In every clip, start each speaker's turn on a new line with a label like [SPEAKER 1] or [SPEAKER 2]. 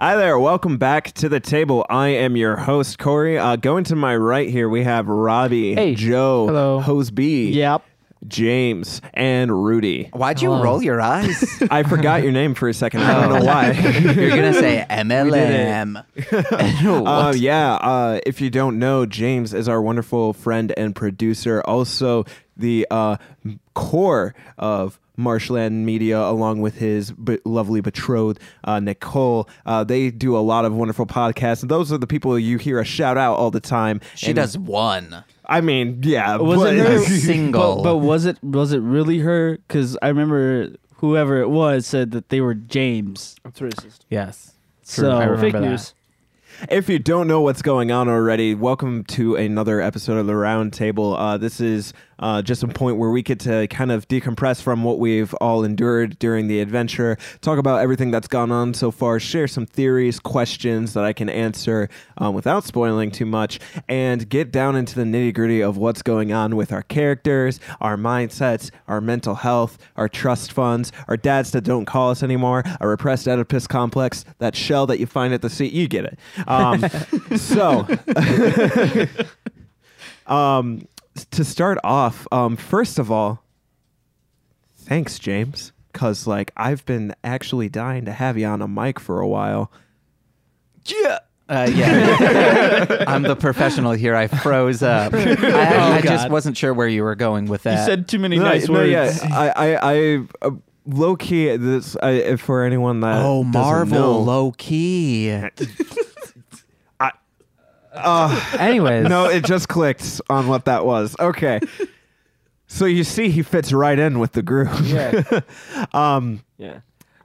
[SPEAKER 1] Hi there. Welcome back to the table. I am your host, Corey. Uh, going to my right here, we have Robbie,
[SPEAKER 2] Hey.
[SPEAKER 1] Joe,
[SPEAKER 2] Hello.
[SPEAKER 1] Hoseby,
[SPEAKER 2] Yep.
[SPEAKER 1] James, and Rudy.
[SPEAKER 3] Why'd you
[SPEAKER 2] Oh.
[SPEAKER 3] roll your eyes? Oh.
[SPEAKER 1] I forgot your name for a second. I don't know why.
[SPEAKER 3] You're gonna say MLM. Oh,
[SPEAKER 1] Uh, yeah. Uh, if you don't know, James is our wonderful friend and producer, also the uh, m- core of Marshland Media, along with his b- lovely betrothed uh, Nicole. Uh, they do a lot of wonderful podcasts, and those are the people you hear a shout out all the time.
[SPEAKER 3] She
[SPEAKER 1] And-
[SPEAKER 3] does one.
[SPEAKER 1] I mean, yeah.
[SPEAKER 2] Was
[SPEAKER 1] but-
[SPEAKER 2] it
[SPEAKER 3] A
[SPEAKER 2] her
[SPEAKER 3] single.
[SPEAKER 4] But, but was it was it really her? Because I remember whoever it was said that they were James.
[SPEAKER 2] That's racist.
[SPEAKER 4] Yes.
[SPEAKER 2] True,
[SPEAKER 4] So
[SPEAKER 2] I remember
[SPEAKER 4] fake
[SPEAKER 2] that.
[SPEAKER 4] news.
[SPEAKER 1] If you don't know what's going on already, welcome to another episode of the Roundtable. Uh, this is uh, just a point where we get to kind of decompress from what we've all endured during the adventure, talk about everything that's gone on so far, share some theories, questions that I can answer um, without spoiling too much, and get down into the nitty gritty of what's going on with our characters, our mindsets, our mental health, our trust funds, our dads that don't call us anymore, our repressed Oedipus complex, that shell that you find at the sea. You get it. Um, so, um, to start off, um, first of all, thanks, James. Cause like I've been actually dying to have you on a mic for a while.
[SPEAKER 3] Yeah. Uh, yeah, I'm the professional here. I froze up. I, I just
[SPEAKER 4] God.
[SPEAKER 3] wasn't sure where you were going with
[SPEAKER 4] You
[SPEAKER 3] that.
[SPEAKER 4] said too many
[SPEAKER 1] No,
[SPEAKER 4] nice
[SPEAKER 1] no,
[SPEAKER 4] words.
[SPEAKER 1] yeah, I, I, I uh, low key this I, if for anyone that
[SPEAKER 3] "Oh,
[SPEAKER 1] doesn't
[SPEAKER 3] Marvel,
[SPEAKER 1] know-
[SPEAKER 3] low key."
[SPEAKER 2] Anyways,
[SPEAKER 1] Ah, no, it just clicked on what that was. Okay, so you see, he fits right in with the group.
[SPEAKER 2] Yeah.
[SPEAKER 1] um,
[SPEAKER 2] yeah.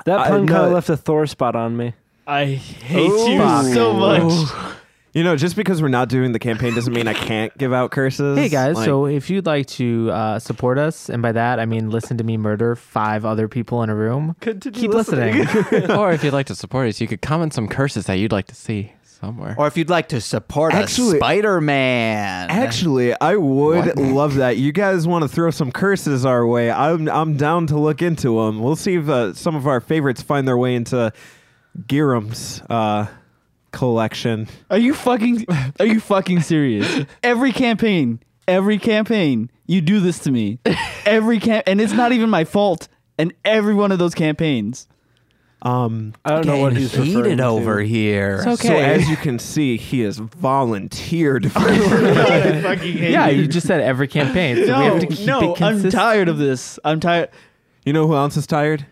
[SPEAKER 2] That
[SPEAKER 1] I-
[SPEAKER 2] pun
[SPEAKER 1] no-
[SPEAKER 2] kind of left a Thor spot on me.
[SPEAKER 4] I hate you
[SPEAKER 1] Fuck.
[SPEAKER 4] so much.
[SPEAKER 1] you know, just because we're not doing the campaign doesn't mean I can't give out curses.
[SPEAKER 5] Hey guys,
[SPEAKER 1] Like,
[SPEAKER 5] so if you'd like to uh, support us, and by that I mean listen to me murder five other people in a room,
[SPEAKER 2] Continue
[SPEAKER 5] keep listening.
[SPEAKER 6] or if you'd like to support us, you could comment some curses that you'd like to see somewhere.
[SPEAKER 3] Or if you'd like to support us,
[SPEAKER 1] Actually-
[SPEAKER 3] Spider Man.
[SPEAKER 1] Actually, I would love that. You guys want to throw some curses our way? I'm I'm down to look into them. We'll see if uh, some of our favorites find their way into Gearum's uh, collection.
[SPEAKER 4] Are you fucking are you fucking serious? Every campaign, every campaign, you do this to me. Every camp and it's not even my fault. And every one of those campaigns.
[SPEAKER 1] Um,
[SPEAKER 2] I don't know what he's referring
[SPEAKER 3] heated
[SPEAKER 2] to.
[SPEAKER 3] over here.
[SPEAKER 1] So as you can see, he has volunteered for
[SPEAKER 5] yeah, you just said every campaign, so we have to keep
[SPEAKER 4] no,
[SPEAKER 5] it
[SPEAKER 4] I'm
[SPEAKER 5] consistent.
[SPEAKER 4] tired of this. I'm tired.
[SPEAKER 1] You know who else is tired?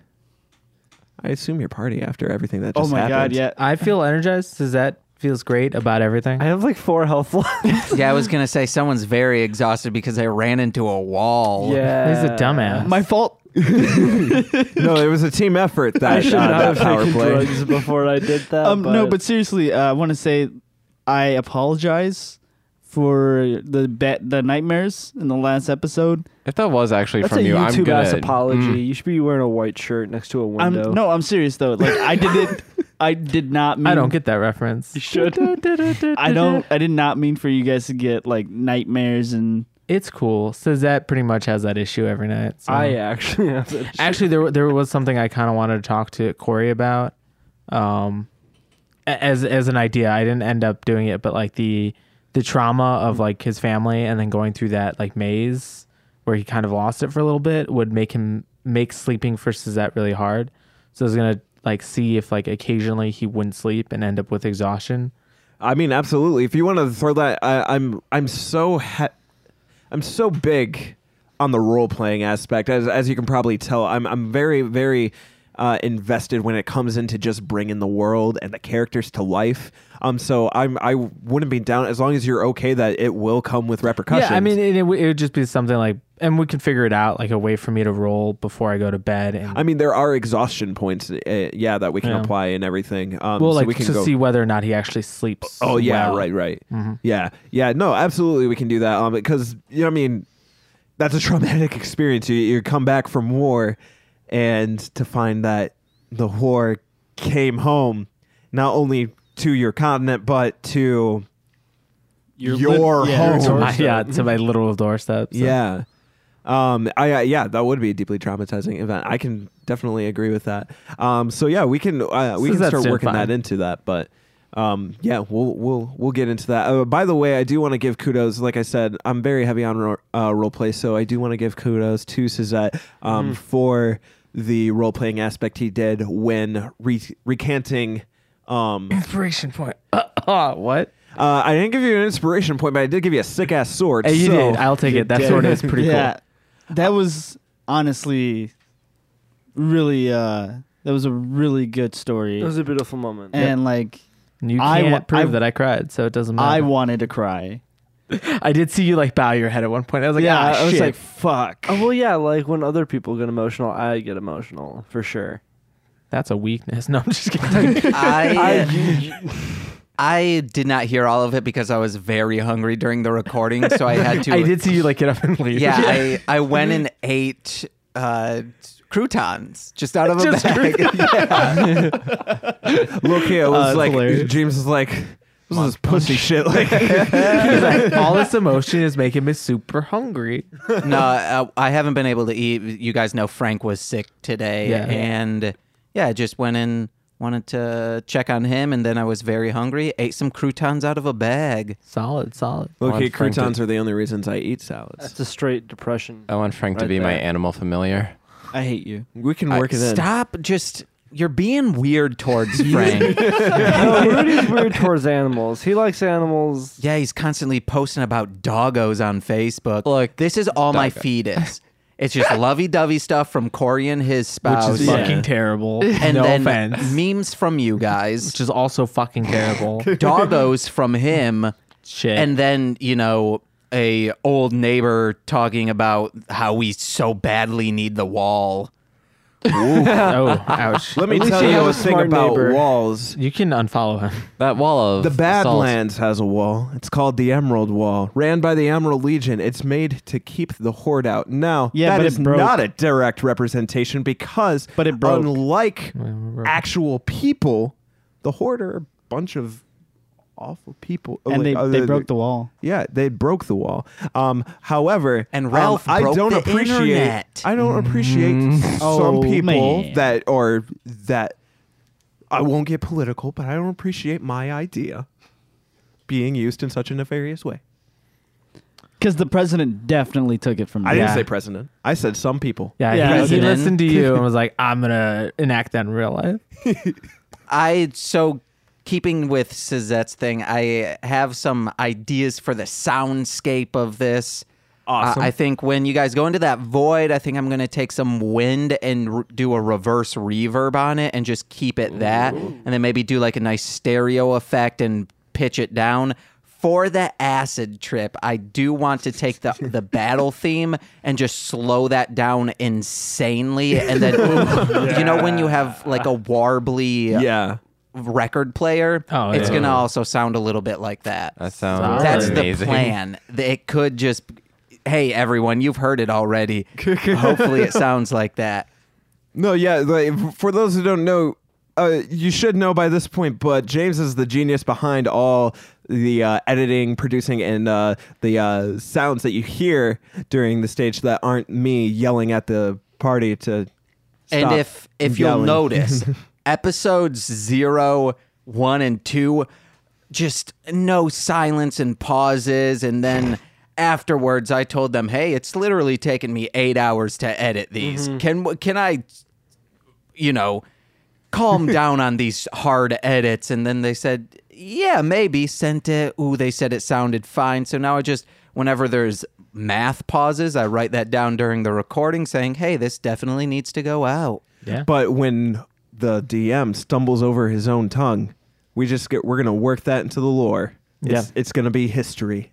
[SPEAKER 1] I assume your party after everything that
[SPEAKER 4] Oh
[SPEAKER 1] just
[SPEAKER 4] my god,
[SPEAKER 1] happened.
[SPEAKER 4] yeah.
[SPEAKER 5] I feel energized. Does that feels great about everything?
[SPEAKER 2] I have like four health left.
[SPEAKER 3] yeah, I was gonna say someone's very exhausted because they ran into a wall.
[SPEAKER 5] He's a dumbass.
[SPEAKER 4] uh, My fault.
[SPEAKER 1] No, it was a team effort that,
[SPEAKER 2] I should
[SPEAKER 1] uh,
[SPEAKER 2] not
[SPEAKER 1] that
[SPEAKER 2] have
[SPEAKER 1] power
[SPEAKER 2] taken
[SPEAKER 1] play.
[SPEAKER 2] drugs before I did that.
[SPEAKER 4] Um, no, but seriously, uh, I want to say I apologize for the bet, the nightmares in the last episode.
[SPEAKER 6] if that was actually
[SPEAKER 2] that's a
[SPEAKER 6] from you, I'm
[SPEAKER 2] YouTube
[SPEAKER 6] gonna
[SPEAKER 2] ass apology.
[SPEAKER 6] Mm.
[SPEAKER 2] You should be wearing a white shirt next to a
[SPEAKER 4] I'm,
[SPEAKER 2] window.
[SPEAKER 4] no, I'm serious though. Like I did it. I did not. Mean,
[SPEAKER 5] I don't get that reference.
[SPEAKER 2] you should.
[SPEAKER 4] I don't. I did not mean for you guys to get like nightmares and
[SPEAKER 5] It's cool. Suzette pretty much has that issue every night. So.
[SPEAKER 2] I actually have that. shirt.
[SPEAKER 5] actually there there was something I kind of wanted to talk to Corey about um a- as as an idea I didn't end up doing it but like the the trauma of like his family and then going through that like maze where he kind of lost it for a little bit would make him make sleeping for Suzette really hard so I was gonna like see if like occasionally he wouldn't sleep and end up with exhaustion
[SPEAKER 1] I mean, absolutely. If you want to throw that, I, I'm I'm so ha- I'm so big on the role playing aspect, as as you can probably tell. I'm I'm very very uh, invested when it comes into just bringing the world and the characters to life. Um, so I'm I wouldn't be down as long as you're okay that it will come with repercussions.
[SPEAKER 5] yeah I mean it, it, would- it would just be something like and we can figure it out like a way for me to roll before I go to bed and
[SPEAKER 1] I mean, there are exhaustion points, uh, yeah, that we can
[SPEAKER 5] Yeah.
[SPEAKER 1] apply and everything. Um,
[SPEAKER 5] well
[SPEAKER 1] so
[SPEAKER 5] like
[SPEAKER 1] we can
[SPEAKER 5] to
[SPEAKER 1] go,
[SPEAKER 5] see whether or not he actually sleeps
[SPEAKER 1] Oh yeah,
[SPEAKER 5] well.
[SPEAKER 1] right, right. Yeah, yeah. No, absolutely, we can do that. Um, because you know, I mean, that's a traumatic experience. You you come back from war, and to find that the war came home, not only to your continent but to your,
[SPEAKER 4] lit- yeah,
[SPEAKER 1] home.
[SPEAKER 4] your
[SPEAKER 5] to
[SPEAKER 4] door-
[SPEAKER 5] my, yeah, to my literal doorstep. so.
[SPEAKER 1] yeah. Um, I, I yeah, that would be a deeply traumatizing event. I can definitely agree with that. Um, so yeah, we can uh, we
[SPEAKER 5] So
[SPEAKER 1] can
[SPEAKER 5] that's
[SPEAKER 1] start
[SPEAKER 5] still
[SPEAKER 1] working
[SPEAKER 5] fine.
[SPEAKER 1] that into that, but. Um, yeah, we'll we'll we'll get into that. Uh, by the way, I do want to give kudos. Like I said, I'm very heavy on ro- uh, role play, so I do want to give kudos to Suzette
[SPEAKER 5] Mm-hmm.
[SPEAKER 1] um, for the role playing aspect he did when re- recanting um,
[SPEAKER 5] Inspiration point. Uh, uh, what?
[SPEAKER 1] uh, I didn't give you an inspiration point, but I did give you a sick ass sword.
[SPEAKER 5] Hey, you
[SPEAKER 1] so-
[SPEAKER 5] did. I'll take it. That sword is pretty
[SPEAKER 4] yeah, that was honestly really. uh That was a really good story,
[SPEAKER 2] It was a beautiful moment.
[SPEAKER 4] and like
[SPEAKER 5] cool. You
[SPEAKER 4] I
[SPEAKER 5] can't
[SPEAKER 4] wa-
[SPEAKER 5] prove
[SPEAKER 4] I-
[SPEAKER 5] that I cried, so it doesn't matter.
[SPEAKER 4] I wanted to cry.
[SPEAKER 5] I did see you like bow your head at one point. I was like,
[SPEAKER 4] yeah,
[SPEAKER 5] ah,
[SPEAKER 4] I was
[SPEAKER 5] shit.
[SPEAKER 4] like, fuck.
[SPEAKER 2] Oh well, yeah. Like when other people get emotional, I get emotional for sure.
[SPEAKER 5] that's a weakness. No, I'm just kidding.
[SPEAKER 3] I, uh, I did not hear all of it because I was very hungry during the recording, so I had to.
[SPEAKER 5] I did see you like get up and leave.
[SPEAKER 3] Yeah, I, I went and ate uh, croutons just out of a
[SPEAKER 5] Just
[SPEAKER 3] bag.
[SPEAKER 1] Look here, it was
[SPEAKER 4] Uh, it's
[SPEAKER 1] like
[SPEAKER 4] hilarious.
[SPEAKER 1] James was like, "This is pussy shit." Like,
[SPEAKER 5] He's like, all this emotion is making me super hungry.
[SPEAKER 3] no, uh, I haven't been able to eat. You guys know Frank was sick today,
[SPEAKER 5] Yeah.
[SPEAKER 3] and yeah, I just went and wanted to check on him, and then I was very hungry. Ate some croutons out of a bag.
[SPEAKER 5] Solid, solid.
[SPEAKER 1] look here,
[SPEAKER 6] Well, Frank
[SPEAKER 1] croutons are the only reasons I eat salads.
[SPEAKER 2] It's a straight depression.
[SPEAKER 5] Oh.
[SPEAKER 6] I want Frank to
[SPEAKER 2] Right
[SPEAKER 6] be my
[SPEAKER 2] there.
[SPEAKER 6] animal familiar.
[SPEAKER 4] I hate you.
[SPEAKER 1] We can work
[SPEAKER 3] I-
[SPEAKER 1] it in.
[SPEAKER 3] stop! Just you're being weird towards Frank.
[SPEAKER 2] no, Rudy's weird towards animals. He likes animals.
[SPEAKER 3] yeah, he's constantly posting about doggos on Facebook.
[SPEAKER 6] Look,
[SPEAKER 3] this is all my
[SPEAKER 6] doggo.
[SPEAKER 3] feed is. It's just lovey-dovey stuff from Corey and his spouse,
[SPEAKER 5] Which is
[SPEAKER 4] Oh, yeah.
[SPEAKER 5] fucking terrible.
[SPEAKER 3] and
[SPEAKER 5] no
[SPEAKER 3] then
[SPEAKER 5] offense.
[SPEAKER 3] memes from you guys,
[SPEAKER 5] Which is also fucking terrible.
[SPEAKER 3] doggos from him.
[SPEAKER 5] Shit.
[SPEAKER 3] and then you know a old neighbor talking about how we so badly need the wall
[SPEAKER 5] oh, ouch.
[SPEAKER 1] Let me
[SPEAKER 2] least
[SPEAKER 1] tell
[SPEAKER 2] you have
[SPEAKER 1] you
[SPEAKER 2] a
[SPEAKER 1] a thing
[SPEAKER 2] smart
[SPEAKER 1] about
[SPEAKER 2] neighbor.
[SPEAKER 1] walls.
[SPEAKER 5] You can unfollow him.
[SPEAKER 6] That wall of
[SPEAKER 1] The
[SPEAKER 6] salt.
[SPEAKER 1] Badlands has a wall. It's called the Emerald Wall, ran by the Emerald Legion. It's made to keep the horde out. Now,
[SPEAKER 4] Yeah,
[SPEAKER 1] that
[SPEAKER 4] but it
[SPEAKER 1] is
[SPEAKER 4] broke.
[SPEAKER 1] not a direct representation because,
[SPEAKER 4] But it broke.
[SPEAKER 1] unlike
[SPEAKER 5] remember.
[SPEAKER 1] actual people, the horde are a bunch of awful people. Oh,
[SPEAKER 4] And
[SPEAKER 1] like,
[SPEAKER 4] they,
[SPEAKER 1] uh,
[SPEAKER 4] they broke the wall.
[SPEAKER 1] Yeah, they broke the wall. Um, however,
[SPEAKER 3] And
[SPEAKER 1] um,
[SPEAKER 3] Ralph
[SPEAKER 1] I
[SPEAKER 3] broke
[SPEAKER 1] don't
[SPEAKER 3] the
[SPEAKER 1] appreciate.
[SPEAKER 3] internet.
[SPEAKER 1] I don't appreciate some
[SPEAKER 4] Oh,
[SPEAKER 1] people
[SPEAKER 4] man.
[SPEAKER 1] that are that. I won't get political, but I don't appreciate my idea being used in such a nefarious way.
[SPEAKER 4] Because the president definitely took it from me.
[SPEAKER 1] I didn't
[SPEAKER 5] Yeah.
[SPEAKER 1] say president. I said some people.
[SPEAKER 5] Yeah,
[SPEAKER 4] Yeah,
[SPEAKER 5] he, he
[SPEAKER 3] okay.
[SPEAKER 5] listened to you and was like, I'm going to enact that in real life.
[SPEAKER 3] i so keeping with Suzette's thing i have some ideas for the soundscape of this Uh,
[SPEAKER 1] Awesome.
[SPEAKER 3] I- I think when you guys go into that void, I think I'm going to take some wind and r do a reverse reverb on it and just keep it that. And then maybe do like a nice stereo effect and pitch it down. For the acid trip, I do want to take the, the battle theme and just slow that down insanely. And then, you know, when you have like a warbly
[SPEAKER 1] Yeah.
[SPEAKER 3] record player,
[SPEAKER 5] Oh,
[SPEAKER 3] it's
[SPEAKER 5] yeah.
[SPEAKER 3] going to also sound a little bit like that.
[SPEAKER 6] That sounds
[SPEAKER 5] Solid.
[SPEAKER 3] That's the
[SPEAKER 6] amazing.
[SPEAKER 3] plan. Th- It could just, hey, everyone, you've heard it already. Hopefully, it sounds like that.
[SPEAKER 1] No, yeah. Like, for those who don't know, uh, you should know by this point, but James is the genius behind all the uh, editing, producing, and uh, the uh, sounds that you hear during the stage that aren't me yelling at the party to.
[SPEAKER 3] and
[SPEAKER 1] stop
[SPEAKER 3] if if you'll
[SPEAKER 1] yelling.
[SPEAKER 3] notice, episodes zero, one, and two, just no silence and pauses, and then. Afterwards, I told them, "Hey, it's literally taken me eight hours to edit these. Can can I you know, calm down on these hard edits. And then they said, yeah, maybe. Sent it. Ooh, they said it sounded fine. So now I just, whenever there's math pauses, I write that down during the recording saying, hey, this definitely needs to go out.
[SPEAKER 5] Yeah.
[SPEAKER 1] But when the DM stumbles over his own tongue, we just get we're gonna work that into the lore. It's,
[SPEAKER 5] Yeah.
[SPEAKER 1] it's gonna be history.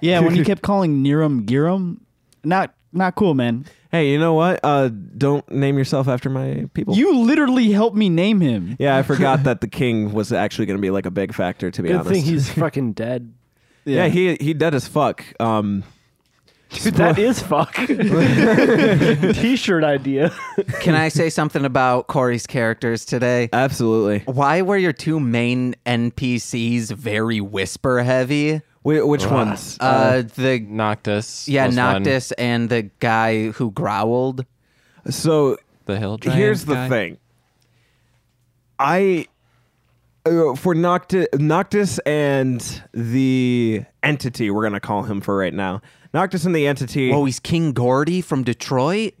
[SPEAKER 4] Yeah, when you kept calling Nirum Girum, not not cool, man.
[SPEAKER 1] hey, you know what? Uh, don't name yourself after my people.
[SPEAKER 4] You literally helped me name him.
[SPEAKER 1] yeah, I forgot that the king was actually gonna be like a big factor. To be
[SPEAKER 2] Good
[SPEAKER 1] honest,
[SPEAKER 2] thing he's fucking dead.
[SPEAKER 1] Yeah, he he dead as fuck. Um,
[SPEAKER 2] Dude, that is fuck. T-shirt idea.
[SPEAKER 3] Can I say something about Corey's characters today?
[SPEAKER 1] Uh, absolutely.
[SPEAKER 3] Why were your two main NPCs very whisper heavy?
[SPEAKER 1] Wh- which ones?
[SPEAKER 3] Uh, the
[SPEAKER 6] Noctis.
[SPEAKER 3] yeah,
[SPEAKER 6] was one.
[SPEAKER 3] Noctis and the guy who growled.
[SPEAKER 1] so
[SPEAKER 6] The hill giant.
[SPEAKER 1] here's the
[SPEAKER 6] guy.
[SPEAKER 1] thing. I uh, for Noctis, Noctis and the entity we're gonna call him for right now. Noctis and the entity.
[SPEAKER 3] Oh, he's King Gordy from Detroit.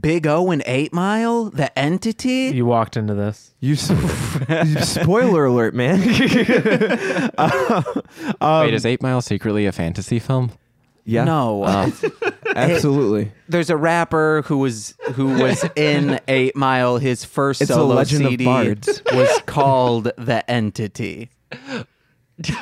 [SPEAKER 3] Big O and Eight Mile, the entity.
[SPEAKER 5] You walked into this.
[SPEAKER 1] you s- spoiler alert, man.
[SPEAKER 6] Wait, is Eight Mile secretly a fantasy film?
[SPEAKER 1] yeah, Uh.
[SPEAKER 3] No,
[SPEAKER 1] absolutely.
[SPEAKER 3] there's a rapper who was who was in Eight Mile. His first
[SPEAKER 1] It's a
[SPEAKER 3] solo
[SPEAKER 1] Legend of
[SPEAKER 3] CD
[SPEAKER 1] Bards.
[SPEAKER 3] was called The Entity.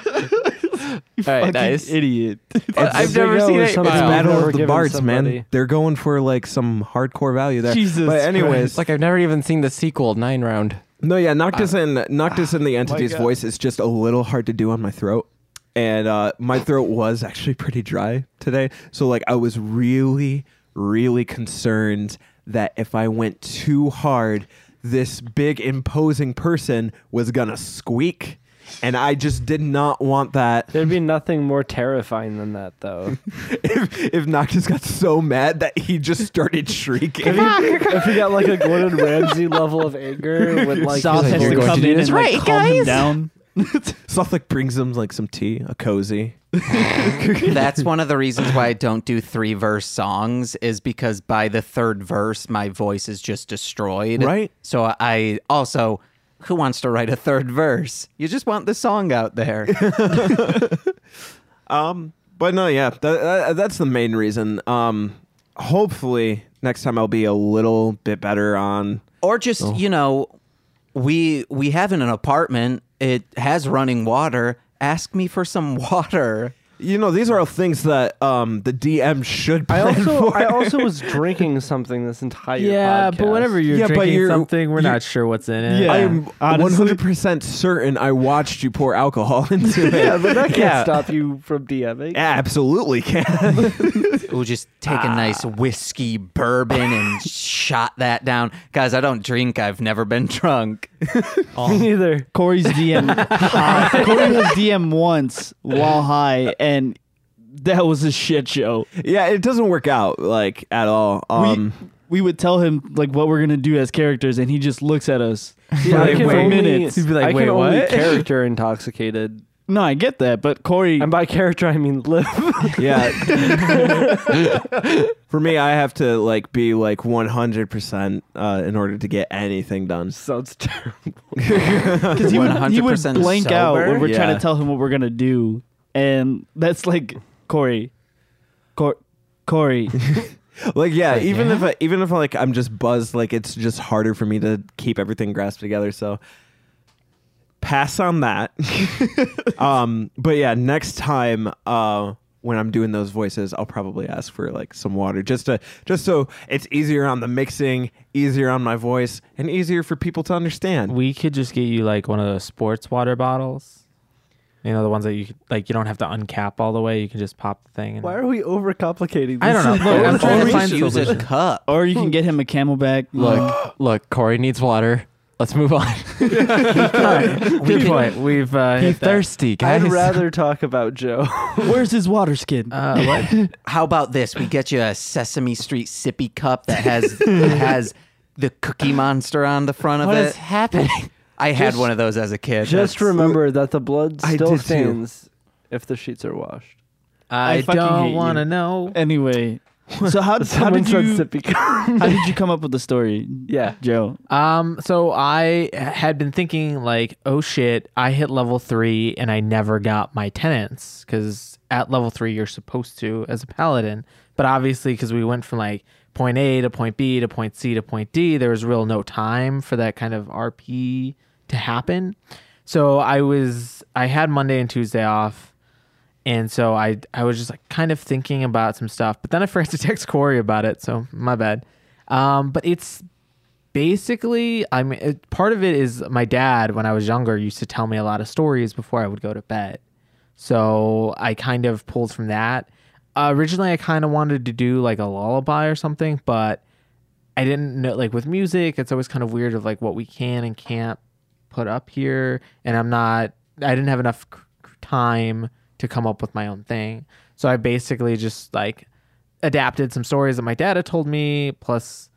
[SPEAKER 6] All right, nice.
[SPEAKER 4] Nice. Idiot.
[SPEAKER 6] I've never seen Eight
[SPEAKER 1] It's
[SPEAKER 6] Mile.
[SPEAKER 1] Battle
[SPEAKER 2] never
[SPEAKER 1] of the
[SPEAKER 2] given
[SPEAKER 1] Bards, man.
[SPEAKER 2] somebody-
[SPEAKER 1] They're going for like some hardcore value there.
[SPEAKER 4] Jesus
[SPEAKER 1] but anyways,
[SPEAKER 6] It's like I've never even seen the sequel, Nine Round.
[SPEAKER 1] No, yeah, Noctis and Noctis and the entity's
[SPEAKER 4] God.
[SPEAKER 1] voice is just a little hard to do on my throat, and uh, my throat was actually pretty dry today. So like, I was really, really concerned that if I went too hard, this big imposing person was gonna squeak, and I just did not want that.
[SPEAKER 2] There'd be nothing more terrifying than that, though.
[SPEAKER 1] If, if Noctis got so mad that he just started shrieking,
[SPEAKER 2] if you got like a Gordon Ramsay level of anger with like
[SPEAKER 4] Soth
[SPEAKER 2] his
[SPEAKER 4] has
[SPEAKER 2] voice-
[SPEAKER 4] to
[SPEAKER 6] going
[SPEAKER 4] come
[SPEAKER 6] to do
[SPEAKER 4] in
[SPEAKER 6] this
[SPEAKER 4] and like,
[SPEAKER 6] right,
[SPEAKER 4] calm him
[SPEAKER 6] guys.
[SPEAKER 4] down.
[SPEAKER 1] Soth like brings him like some tea, a cozy.
[SPEAKER 3] That's one of the reasons why I don't do three verse songs is because by the third verse my voice is just destroyed.
[SPEAKER 1] Right.
[SPEAKER 3] So I also who wants to write a third verse? You just want the song out there.
[SPEAKER 1] But no, yeah, that, that, that's the main reason. Um, hopefully next time I'll be a little bit better on.
[SPEAKER 3] or just you know we we have in an apartment it has running water ask me for some water
[SPEAKER 1] You know, these are all things that um, the DM should
[SPEAKER 2] I
[SPEAKER 1] plan
[SPEAKER 2] also
[SPEAKER 1] for.
[SPEAKER 2] I also was drinking something this entire
[SPEAKER 5] Yeah, but
[SPEAKER 2] podcast.
[SPEAKER 5] whenever you're
[SPEAKER 1] Yeah, but
[SPEAKER 5] drinking
[SPEAKER 1] you're-
[SPEAKER 5] something, we're
[SPEAKER 1] you-
[SPEAKER 5] not sure what's in it.
[SPEAKER 4] Yeah.
[SPEAKER 1] I am one
[SPEAKER 4] honestly-
[SPEAKER 1] hundred percent certain I watched you pour alcohol into it. yeah,
[SPEAKER 2] but that can't
[SPEAKER 1] Yeah.
[SPEAKER 2] stop you from DMing.
[SPEAKER 1] absolutely can.
[SPEAKER 3] we'll just take a nice whiskey bourbon and shot that down guys i don't drink i've never been drunk
[SPEAKER 2] Me neither.
[SPEAKER 4] Corey's DM. high. Corey was DM once while high, and that was a shit show.
[SPEAKER 1] yeah, it doesn't work out like at all. Um,
[SPEAKER 4] we, we would tell him like what we're gonna do as characters, and he just looks at us for
[SPEAKER 2] I
[SPEAKER 4] like
[SPEAKER 2] can
[SPEAKER 4] for
[SPEAKER 2] only-
[SPEAKER 4] minutes.
[SPEAKER 5] You'd be like,
[SPEAKER 2] I
[SPEAKER 5] "Wait,
[SPEAKER 2] can only
[SPEAKER 5] what?"
[SPEAKER 2] character intoxicated,
[SPEAKER 4] No, I get that, but Corey,
[SPEAKER 2] and by character I mean live.
[SPEAKER 1] yeah. for me, I have to like be like one hundred percent uh, in order to get anything done.
[SPEAKER 2] Sounds terrible.
[SPEAKER 4] because he would, he would
[SPEAKER 3] 100%
[SPEAKER 4] blank out
[SPEAKER 3] sober?
[SPEAKER 4] when we're trying
[SPEAKER 1] Yeah.
[SPEAKER 4] to tell him what we're gonna do, and that's like Corey, Cor- Corey.
[SPEAKER 1] Like yeah, even if I, even if like I'm just buzzed, like it's just harder for me to keep everything grasped together. So pass on that. um, but yeah, next time uh, when I'm doing those voices, I'll probably ask for like some water just to just so it's easier on the mixing, easier on my voice, and easier for people to understand.
[SPEAKER 5] We could just get you like one of those sports water bottles. You know the ones that you could- like. You don't have to uncap all the way. You can just pop the thing. And,
[SPEAKER 2] Why are we overcomplicating? This?
[SPEAKER 5] I don't know.
[SPEAKER 4] Look,
[SPEAKER 5] I'm
[SPEAKER 4] I'm
[SPEAKER 5] trying to
[SPEAKER 4] always
[SPEAKER 5] find a
[SPEAKER 3] use a
[SPEAKER 5] solution.
[SPEAKER 3] cup
[SPEAKER 4] or you can get him a camelback.
[SPEAKER 6] Look, look, Corey needs water. Let's move on.
[SPEAKER 5] Good point. We've uh,
[SPEAKER 6] Be
[SPEAKER 5] hit that.
[SPEAKER 6] thirsty, guys.
[SPEAKER 2] I'd rather talk about Joe.
[SPEAKER 4] where's his water skid?
[SPEAKER 5] Uh, what?
[SPEAKER 3] how about this we get you a sesame street sippy cup that has that has the cookie monster on the front of
[SPEAKER 6] What
[SPEAKER 3] it
[SPEAKER 6] is happening?
[SPEAKER 3] i had one of those as a kid
[SPEAKER 2] Just remember that the blood
[SPEAKER 1] I
[SPEAKER 2] still
[SPEAKER 1] did too.
[SPEAKER 2] stains if the sheets are washed.
[SPEAKER 5] I,
[SPEAKER 4] I fucking hate
[SPEAKER 5] don't
[SPEAKER 4] you.
[SPEAKER 5] want to know.
[SPEAKER 4] anyway, so how, how
[SPEAKER 2] Someone
[SPEAKER 4] did
[SPEAKER 2] said
[SPEAKER 4] you
[SPEAKER 2] sippy.
[SPEAKER 4] how did you come up with the story,
[SPEAKER 2] yeah.
[SPEAKER 4] Joe?
[SPEAKER 5] Um, so I had been thinking like, oh shit, I hit level three and I never got my tenants because at level three you're supposed to as a paladin, but obviously because we went from like point A to point B to point C to point D, there was real no time for that kind of RP to happen. So I was I had Monday and Tuesday off. And so I I was just like kind of thinking about some stuff, but then I forgot to text Corey about it, so my bad. Um, but it's basically I mean it, part of it is my dad when I was younger used to tell me a lot of stories before I would go to bed. So I kind of pulled from that. Uh, originally I kind of wanted to do like a lullaby or something, but I didn't know like with music it's always kind of weird of like what we can and can't put up here and I'm not I didn't have enough c- c- time to come up with my own thing. So I basically just like adapted some stories that my dad had told me. Plus,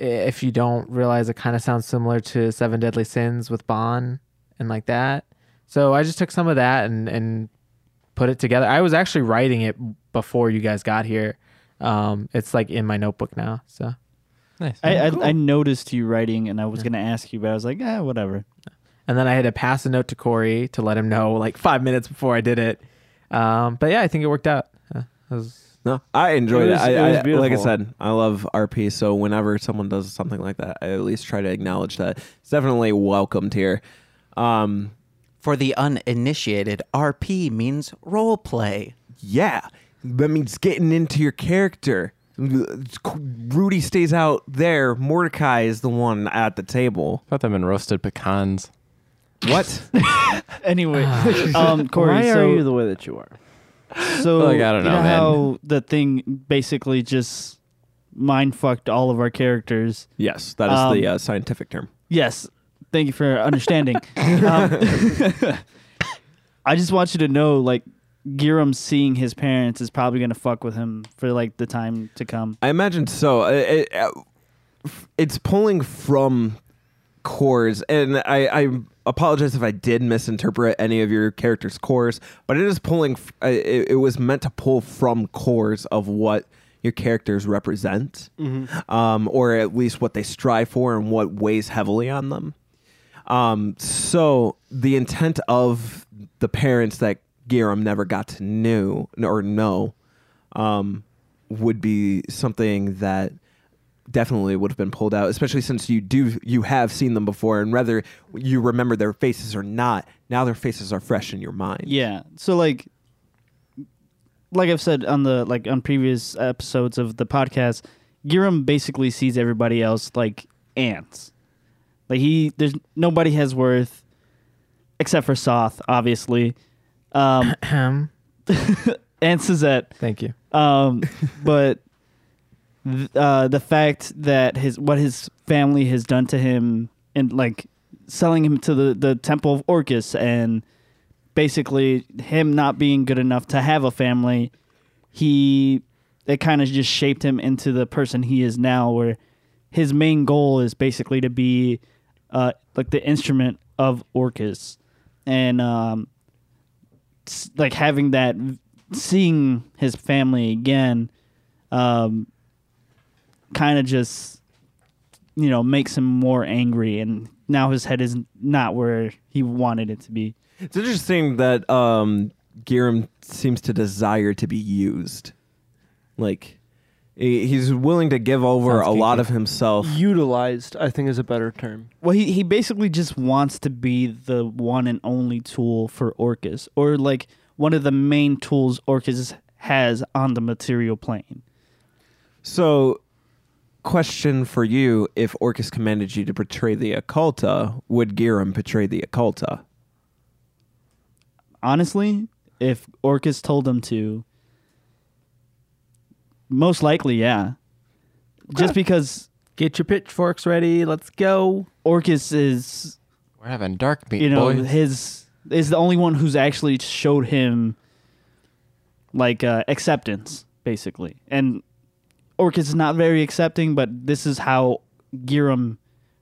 [SPEAKER 5] i- if you don't realize, it kind of sounds similar to Seven Deadly Sins with Bond and like that. So I just took some of that and and put it together. I was actually writing it before you guys got here. Um, it's like in my notebook now. So
[SPEAKER 6] Nice.
[SPEAKER 4] I, I, I noticed you writing, and I was gonna ask you, but I was like, ah, whatever.
[SPEAKER 5] and then I had to pass a note to Corey to let him know like five minutes before I did it. Um, but yeah, I think it worked out. Uh, it was-
[SPEAKER 1] No, I enjoyed
[SPEAKER 4] It
[SPEAKER 1] it.
[SPEAKER 4] was-
[SPEAKER 1] I,
[SPEAKER 4] it was
[SPEAKER 1] I- like I
[SPEAKER 4] beautiful.
[SPEAKER 1] said, I love RP. So whenever someone does something like that, I at least try to acknowledge that it's definitely welcomed here. Um,
[SPEAKER 3] For the uninitiated, RP means role play.
[SPEAKER 1] yeah, that means getting into your character. It's co- Rudy stays out there. Mordecai is the one at the table.
[SPEAKER 6] Put them in roasted pecans.
[SPEAKER 1] What?
[SPEAKER 4] Anyway, um, Corey,
[SPEAKER 2] Why
[SPEAKER 4] so,
[SPEAKER 2] are you the way that you are?
[SPEAKER 4] so
[SPEAKER 6] Like, I don't
[SPEAKER 4] you
[SPEAKER 6] know,
[SPEAKER 4] know
[SPEAKER 6] man.
[SPEAKER 4] how the thing basically just mind fucked all of our characters.
[SPEAKER 1] yes, that is the
[SPEAKER 4] Um,
[SPEAKER 1] uh, scientific term.
[SPEAKER 4] Yes. Thank you for understanding. um, I just want you to know, like, Giram seeing his parents is probably going to fuck with him for, like, the time to come.
[SPEAKER 1] I imagine so. Uh, It, uh, f- it's pulling from cores, and I, I apologize if I did misinterpret any of your characters' cores, but it is pulling. f- uh, It, it was meant to pull from cores of what your characters represent, um, or at least what they strive for and what weighs heavily on them. Um, so the intent of the parents that Garam never got to knew or know um, would be something that definitely would have been pulled out, especially since you do you have seen them before, and whether you remember their faces or not, now their faces are fresh in your mind.
[SPEAKER 4] Yeah. So, like, like I've said on the, like, on previous episodes of the podcast, Giram basically sees everybody else like ants. Like, he, there's nobody has worth except for Soth, obviously, um,
[SPEAKER 5] Ahem.
[SPEAKER 4] and Suzette.
[SPEAKER 5] Thank you.
[SPEAKER 4] Um, but th- uh, the fact that his what his family has done to him and like selling him to the the temple of Orcus and basically him not being good enough to have a family, he it kind of just shaped him into the person he is now. Where his main goal is basically to be uh, like the instrument of Orcus, and um, s- like having that seeing his family again um kind of just you know makes him more angry and now his head is not where he wanted it to be
[SPEAKER 1] It's interesting that um Garam seems to desire to be used. Like he- he's willing to give over
[SPEAKER 6] Sounds
[SPEAKER 1] a lot
[SPEAKER 6] kinky.
[SPEAKER 1] of himself.
[SPEAKER 2] Utilized, I think, is a better term.
[SPEAKER 4] well he, he basically just wants to be the one and only tool for orcus or like one of the main tools orcus has on the material plane
[SPEAKER 1] So, question for you: If Orcus commanded you to portray the occulta, would Garam portray the occulta?
[SPEAKER 4] honestly if orcus told him to most likely yeah just because
[SPEAKER 5] Get your pitchforks ready. Let's go.
[SPEAKER 4] Orcus is,
[SPEAKER 6] We're having dark meat,
[SPEAKER 4] you know,
[SPEAKER 6] boys.
[SPEAKER 4] his is the only one who's actually showed him like uh, acceptance, basically. And Orcus is not very accepting, but this is how Giram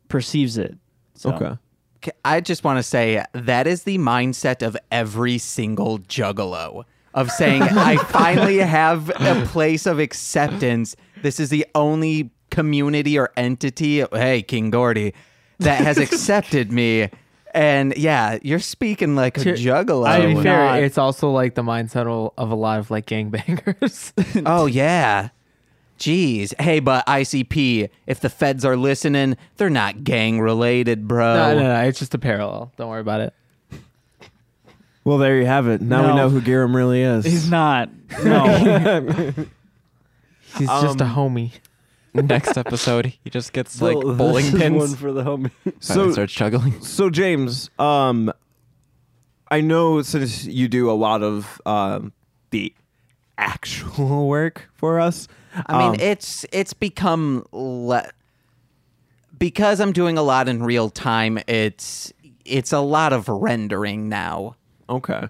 [SPEAKER 4] perceives it. So,
[SPEAKER 1] Okay.
[SPEAKER 3] C- I just want to say that is the mindset of every single juggalo of saying, I finally have a place of acceptance. This is the only community or entity, hey, King Gordy, that has accepted me. And yeah, you're speaking like a
[SPEAKER 5] To-
[SPEAKER 3] juggalo.
[SPEAKER 5] to be fair,
[SPEAKER 4] not.
[SPEAKER 5] it's also like the mindset of- of a lot of like gangbangers.
[SPEAKER 3] Oh yeah. Jeez. Hey, but ICP, if the feds are listening, they're not gang related, bro.
[SPEAKER 5] no, no, no. It's just a parallel. Don't worry about it.
[SPEAKER 1] Well, there you have it. Now we
[SPEAKER 4] No.
[SPEAKER 1] know who Garam really is.
[SPEAKER 4] he's not. No,
[SPEAKER 5] He's just a homie.
[SPEAKER 6] Next episode, he just gets like
[SPEAKER 1] Well, this
[SPEAKER 6] bowling
[SPEAKER 1] is
[SPEAKER 6] pins.
[SPEAKER 2] One for the homie.
[SPEAKER 6] So,
[SPEAKER 1] So-
[SPEAKER 6] starts juggling.
[SPEAKER 1] So James, um, I know since you do a lot of um, the actual work for us.
[SPEAKER 3] I mean,
[SPEAKER 1] um,
[SPEAKER 3] it's it's become le- because I'm doing a lot in real time. It's it's a lot of rendering now.
[SPEAKER 1] okay.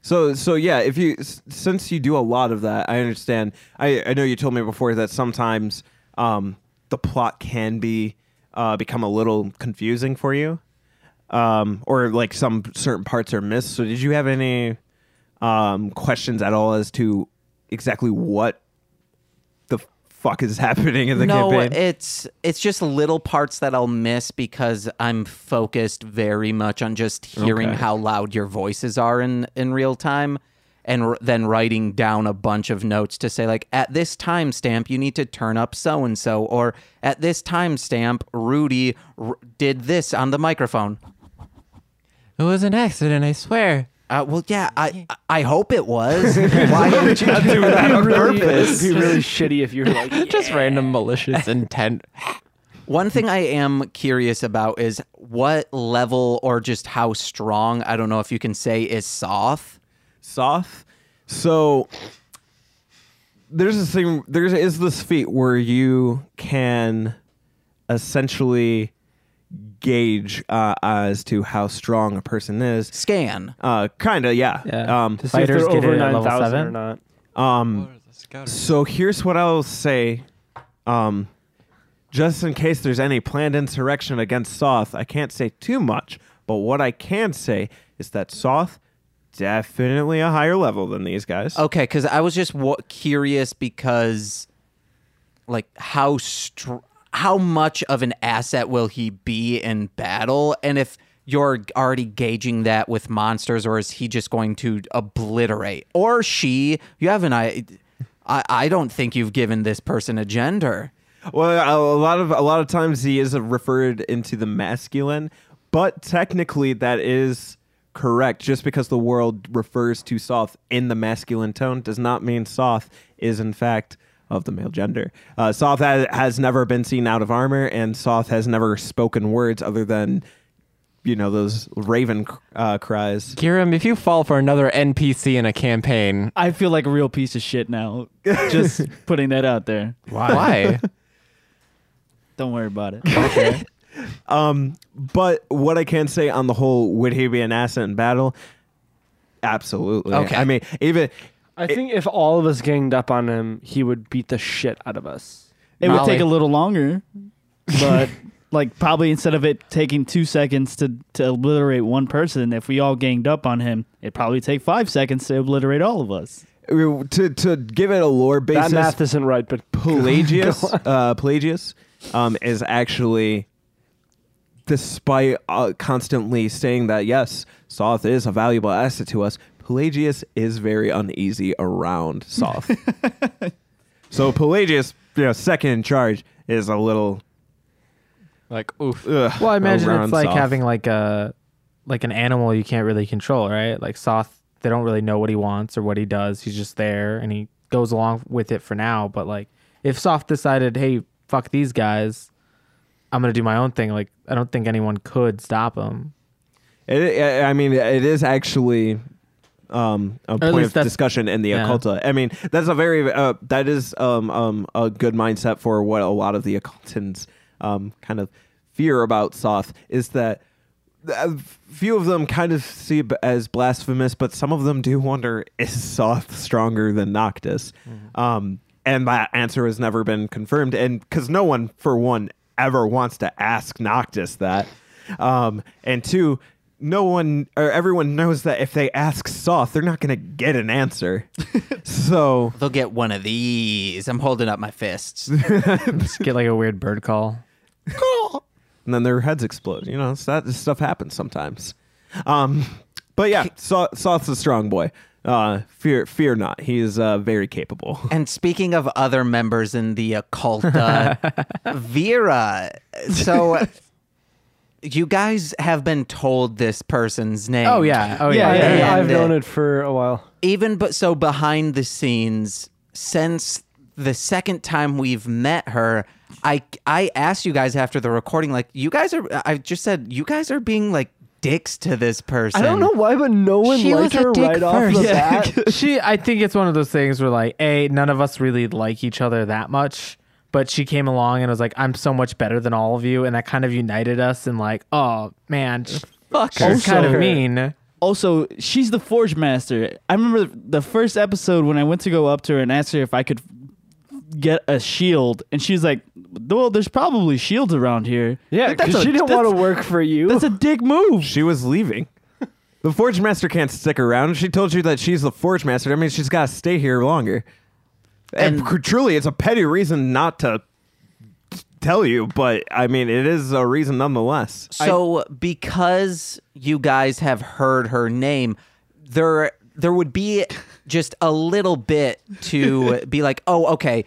[SPEAKER 1] So so yeah, if you s- since you do a lot of that, I understand. I I know you told me before that sometimes um the plot can be uh become a little confusing for you. Um or like some certain parts are missed. So did you have any um questions at all as to exactly what the fuck is happening in the
[SPEAKER 3] no,
[SPEAKER 1] campaign?
[SPEAKER 3] it's it's just little parts that I'll miss because I'm focused very much on just hearing
[SPEAKER 1] Okay.
[SPEAKER 3] how loud your voices are in in real time, and r- then writing down a bunch of notes to say like at this timestamp you need to turn up so and so, or at this timestamp Rudy r- did this on the microphone.
[SPEAKER 6] It was an accident, I swear.
[SPEAKER 3] Uh, well, yeah, I I I hope it was. Why did you do that on purpose?
[SPEAKER 2] It'd be really shitty if you were like,
[SPEAKER 6] Just random malicious intent.
[SPEAKER 3] One thing I am curious about is what level or just how strong, I don't know if you can say, is Soth.
[SPEAKER 1] Soth. So there's this thing. There is this feat where you can essentially gauge uh, as to how strong a person is.
[SPEAKER 3] Scan.
[SPEAKER 1] Uh, kinda, yeah.
[SPEAKER 5] Yeah.
[SPEAKER 1] Um,
[SPEAKER 5] To see if
[SPEAKER 2] fighters
[SPEAKER 5] they're
[SPEAKER 2] get
[SPEAKER 5] over
[SPEAKER 2] it at
[SPEAKER 5] nine
[SPEAKER 2] level
[SPEAKER 5] thousand
[SPEAKER 2] seven or not.
[SPEAKER 1] um, So here's what I'll say. Um, just in case there's any planned insurrection against Soth, I can't say too much, but what I can say is that Soth definitely a higher level than these guys.
[SPEAKER 3] Okay, because I was just wa- curious because, like, how str- how much of an asset will he be in battle, and if you're already gauging that with monsters, or is he just going to obliterate, or she? You haven't. I, I, I don't think you've given this person a gender.
[SPEAKER 1] Well, a, a lot of a lot of times he is referred into the masculine, but technically that is correct. Just because the world refers to Soth in the masculine tone does not mean Soth is in fact of the male gender. Uh, Soth has, has never been seen out of armor, and Soth has never spoken words other than you know those raven uh, cries.
[SPEAKER 6] Kiram, if you fall for another NPC in a campaign,
[SPEAKER 4] I feel like a real piece of shit now. Just putting that out there.
[SPEAKER 6] why?
[SPEAKER 4] Don't worry about it.
[SPEAKER 1] But what I can say on the whole, would he be an asset in battle? Absolutely.
[SPEAKER 3] Okay.
[SPEAKER 1] I mean, even
[SPEAKER 2] I think if all of us ganged up on him, he would beat the shit out of us.
[SPEAKER 4] It would take
[SPEAKER 6] Molly.
[SPEAKER 4] a little longer, but like probably instead of it taking two seconds to, to obliterate one person, if we all ganged up on him, it'd probably take five seconds to obliterate all of us.
[SPEAKER 1] to to give it a lore
[SPEAKER 2] That
[SPEAKER 1] basis,
[SPEAKER 2] math isn't right, but
[SPEAKER 1] Pelagius uh, Pelagius um, is actually, despite uh, constantly saying that yes, Soth is a valuable asset to us, Pelagius is very uneasy around Soth. so Pelagius, you know, second in charge, is a little.
[SPEAKER 6] like, oof.
[SPEAKER 1] Ugh,
[SPEAKER 5] Well, I imagine
[SPEAKER 1] around
[SPEAKER 5] it's like
[SPEAKER 1] Soth.
[SPEAKER 5] having like a like an animal you can't really control, right? Like Soth, they don't really know what he wants or what he does. He's just there and he goes along with it for now. But like, if Soth decided, hey, fuck these guys, I'm gonna do my own thing. Like, I don't think anyone could stop him.
[SPEAKER 1] It, I I mean, it is actually um, a point
[SPEAKER 5] least
[SPEAKER 1] of
[SPEAKER 5] that's-
[SPEAKER 1] discussion in the
[SPEAKER 5] yeah.
[SPEAKER 1] occulta. I mean, that's a very uh, that is um, um, a good mindset for what a lot of the occultans um, kind of fear about Soth is that a few of them kind of see it as blasphemous, but some of them do wonder is Soth stronger than Noctis? Um, and that answer has never been confirmed, and because no one, for one, ever wants to ask Noctis that, um, and two, no one or everyone knows that if they ask Soth, they're not going to get an answer. so
[SPEAKER 3] They'll get one of these. I'm holding up my fists.
[SPEAKER 5] Just get like a weird bird call.
[SPEAKER 1] and then their heads explode. You know, so that this stuff happens sometimes. Um, but yeah, Sa- Soth's a strong boy. Uh, fear, fear not. He is uh, very capable.
[SPEAKER 3] and speaking of other members in the occulta, Vera. So you guys have been told this person's name.
[SPEAKER 5] Oh yeah. Oh yeah.
[SPEAKER 2] I,
[SPEAKER 3] yeah, yeah.
[SPEAKER 2] I've
[SPEAKER 3] And, uh,
[SPEAKER 2] known it for a while.
[SPEAKER 3] Even but so behind the scenes, since the second time we've met her, I I asked you guys after the recording, like you guys are. I just said you guys are being like dicks to this person.
[SPEAKER 2] I don't know why, but no one
[SPEAKER 6] She
[SPEAKER 2] liked
[SPEAKER 6] was a
[SPEAKER 2] her
[SPEAKER 6] dick
[SPEAKER 2] right off the
[SPEAKER 6] first.
[SPEAKER 2] bat.
[SPEAKER 5] she i think it's one of those things where like a none of us really like each other that much but she came along and was like i'm so much better than all of you and that kind of united us and like oh man sh-
[SPEAKER 6] Fuck
[SPEAKER 5] she's kind of
[SPEAKER 2] Also-
[SPEAKER 5] mean
[SPEAKER 4] also, she's the forge master. I remember the first episode when I went to go up to her and ask her if I could get a shield, and she's like, "Well, there's probably shields around here."
[SPEAKER 2] Yeah,
[SPEAKER 4] Like, that's
[SPEAKER 2] because
[SPEAKER 4] a-
[SPEAKER 2] she didn't
[SPEAKER 4] that's-
[SPEAKER 2] want to work for you.
[SPEAKER 4] That's a dick move.
[SPEAKER 1] She was leaving. The Forge Master can't stick around. She told you that she's the Forge Master. I mean, she's got to stay here longer. And,
[SPEAKER 3] And-
[SPEAKER 1] cr- truly, it's a petty reason not to tell you, but I mean, it is a reason nonetheless.
[SPEAKER 3] So because you guys have heard her name, there there would be just a little bit to be like, "Oh, okay.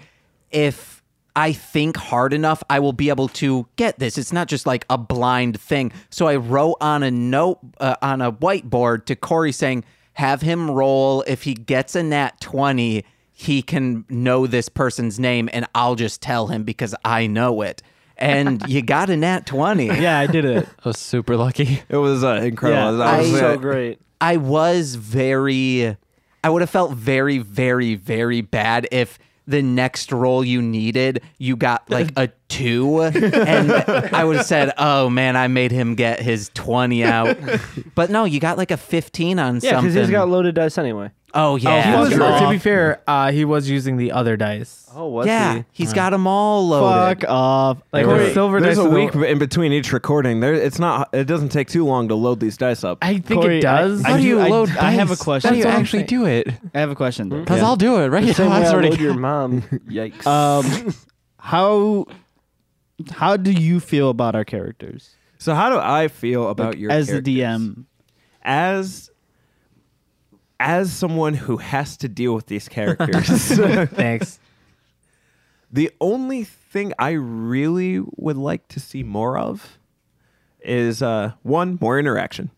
[SPEAKER 3] If I think hard enough, I will be able to get this. It's not just like a blind thing." So I wrote on a note uh, on a whiteboard to Corey saying, "Have him roll if he gets a nat 20, he can know this person's name and I'll just tell him because I know it." And you got a nat 20.
[SPEAKER 4] Yeah, I did it.
[SPEAKER 6] I was super lucky.
[SPEAKER 1] It was uh, incredible.
[SPEAKER 4] Yeah,
[SPEAKER 1] That was
[SPEAKER 3] I-
[SPEAKER 1] it.
[SPEAKER 2] so great.
[SPEAKER 3] I was very I would have felt very, very, very bad if the next role you needed, you got like a two. And I would have said, Oh man, I made him get his twenty out. But no, you got like a fifteen on
[SPEAKER 2] Yeah,
[SPEAKER 3] something.
[SPEAKER 2] because he's got loaded dice anyway.
[SPEAKER 3] oh
[SPEAKER 5] He
[SPEAKER 3] yeah.
[SPEAKER 5] was-
[SPEAKER 3] He's
[SPEAKER 5] to
[SPEAKER 3] got-
[SPEAKER 5] be fair, uh, he was using the other dice.
[SPEAKER 2] Oh, was
[SPEAKER 3] yeah,
[SPEAKER 2] he?
[SPEAKER 3] he's got them all loaded.
[SPEAKER 4] Fuck off.
[SPEAKER 5] Like
[SPEAKER 1] Corey,
[SPEAKER 5] the silver
[SPEAKER 1] there's
[SPEAKER 5] dice.
[SPEAKER 1] a
[SPEAKER 5] are the-
[SPEAKER 1] week in between each recording. There, it's not. It doesn't take too long to load these dice up.
[SPEAKER 5] I think
[SPEAKER 4] Corey,
[SPEAKER 5] it does.
[SPEAKER 4] I
[SPEAKER 6] How do
[SPEAKER 4] do-
[SPEAKER 6] you
[SPEAKER 4] I-
[SPEAKER 6] load?
[SPEAKER 4] I have a
[SPEAKER 6] dice?
[SPEAKER 4] question.
[SPEAKER 6] How do you
[SPEAKER 4] That's what I'm
[SPEAKER 6] actually
[SPEAKER 4] saying.
[SPEAKER 6] do it?
[SPEAKER 4] I have a question. though.
[SPEAKER 6] Because I'll do it right
[SPEAKER 2] Same
[SPEAKER 6] now.
[SPEAKER 2] way
[SPEAKER 6] I
[SPEAKER 2] I
[SPEAKER 5] Sorry.
[SPEAKER 2] load your mom. Yikes.
[SPEAKER 4] Um, how how do you feel about our characters
[SPEAKER 1] So how do I feel about your
[SPEAKER 4] as
[SPEAKER 1] characters?
[SPEAKER 4] the DM?
[SPEAKER 1] as as someone who has to deal with these characters?
[SPEAKER 5] Thanks.
[SPEAKER 1] The only thing I really would like to see more of is uh, one more interaction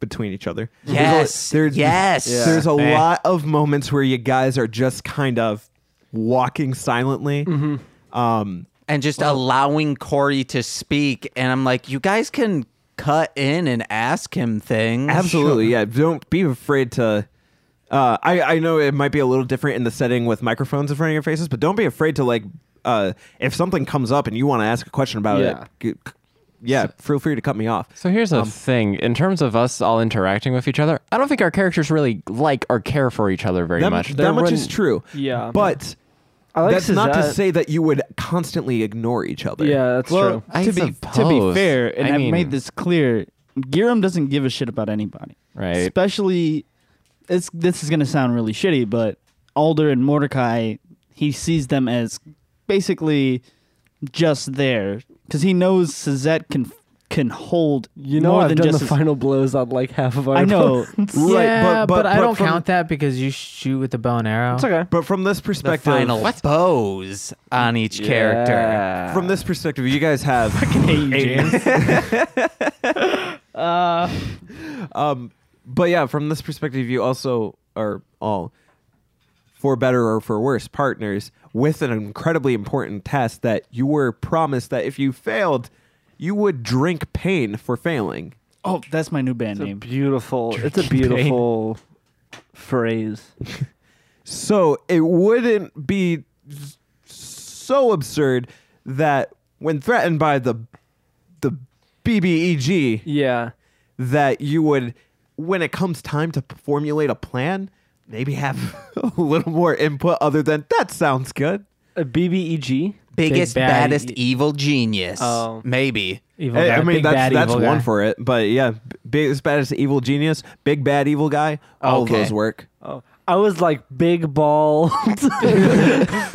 [SPEAKER 1] between each other. There's a-
[SPEAKER 3] Yes, yes. Yeah.
[SPEAKER 1] There's a
[SPEAKER 5] Eh.
[SPEAKER 1] lot of moments where you guys are just kind of walking silently. Um,
[SPEAKER 3] and just allowing Corey to speak. And I'm like, you guys can cut in and ask him things.
[SPEAKER 1] Absolutely, yeah. Don't be afraid to. Uh, I I know it might be a little different in the setting with microphones in front of your faces, but don't be afraid to like. Uh, if something comes up and you want to ask a question about
[SPEAKER 2] Yeah.
[SPEAKER 1] it, g- yeah, feel free to cut me off.
[SPEAKER 6] So here's the thing: in terms of us all interacting with each other, I don't think our characters really like or care for each other very
[SPEAKER 1] That,
[SPEAKER 6] much.
[SPEAKER 1] that
[SPEAKER 6] There
[SPEAKER 1] much is
[SPEAKER 6] wouldn't-
[SPEAKER 1] true.
[SPEAKER 2] Yeah.
[SPEAKER 1] but
[SPEAKER 2] I like
[SPEAKER 1] that's not to
[SPEAKER 2] Suzette.
[SPEAKER 1] say that you would constantly ignore each other.
[SPEAKER 2] Yeah, that's
[SPEAKER 4] Well,
[SPEAKER 2] true.
[SPEAKER 6] I
[SPEAKER 4] to be to be
[SPEAKER 6] suppose.
[SPEAKER 4] fair, and
[SPEAKER 6] I
[SPEAKER 4] have
[SPEAKER 6] mean-
[SPEAKER 4] made this clear, Garum doesn't give a shit about anybody,
[SPEAKER 6] Right.
[SPEAKER 4] Especially, it's this is gonna sound really shitty, but Alder and Mordecai, he sees them as basically just there because he knows Suzette can can hold
[SPEAKER 2] You know,
[SPEAKER 4] more
[SPEAKER 2] I've
[SPEAKER 4] than
[SPEAKER 2] done
[SPEAKER 4] just
[SPEAKER 2] the
[SPEAKER 4] as-
[SPEAKER 2] final blows on like half of our.
[SPEAKER 4] I know.
[SPEAKER 1] Right,
[SPEAKER 5] yeah,
[SPEAKER 1] but- but-
[SPEAKER 5] I
[SPEAKER 1] but
[SPEAKER 5] don't
[SPEAKER 1] from-
[SPEAKER 5] count that because you shoot with the bow and arrow.
[SPEAKER 2] It's okay.
[SPEAKER 1] But from this
[SPEAKER 3] the
[SPEAKER 1] perspective,
[SPEAKER 3] final bows on each character.
[SPEAKER 1] from this perspective, you guys have a- um, but yeah, from this perspective, you also are all, for better or for worse, partners with an incredibly important task that you were promised that if you failed, you would drink pain for failing.
[SPEAKER 4] Oh, that's my new band
[SPEAKER 2] It's a
[SPEAKER 4] name.
[SPEAKER 2] beautiful. It's a
[SPEAKER 5] Drinking pain.
[SPEAKER 2] beautiful phrase.
[SPEAKER 1] So it wouldn't be s- so absurd that when threatened by the the BBEG,
[SPEAKER 2] Yeah.
[SPEAKER 1] that you would, when it comes time to p- formulate a plan, maybe have a little more input other than that sounds good.
[SPEAKER 2] A E BBEG.
[SPEAKER 3] Biggest,
[SPEAKER 5] bad
[SPEAKER 3] baddest,
[SPEAKER 5] e-
[SPEAKER 3] evil genius.
[SPEAKER 2] Oh.
[SPEAKER 3] Maybe.
[SPEAKER 5] Evil
[SPEAKER 1] I,
[SPEAKER 5] guy,
[SPEAKER 1] I mean,
[SPEAKER 5] big
[SPEAKER 1] that's
[SPEAKER 5] bad
[SPEAKER 1] that's
[SPEAKER 5] evil
[SPEAKER 1] one
[SPEAKER 5] guy.
[SPEAKER 1] for it. But yeah, big as bad as evil genius, big bad evil guy, all
[SPEAKER 3] Okay.
[SPEAKER 1] of those work.
[SPEAKER 2] Oh, I was like big ball.
[SPEAKER 4] Whoa.
[SPEAKER 5] Yeah, I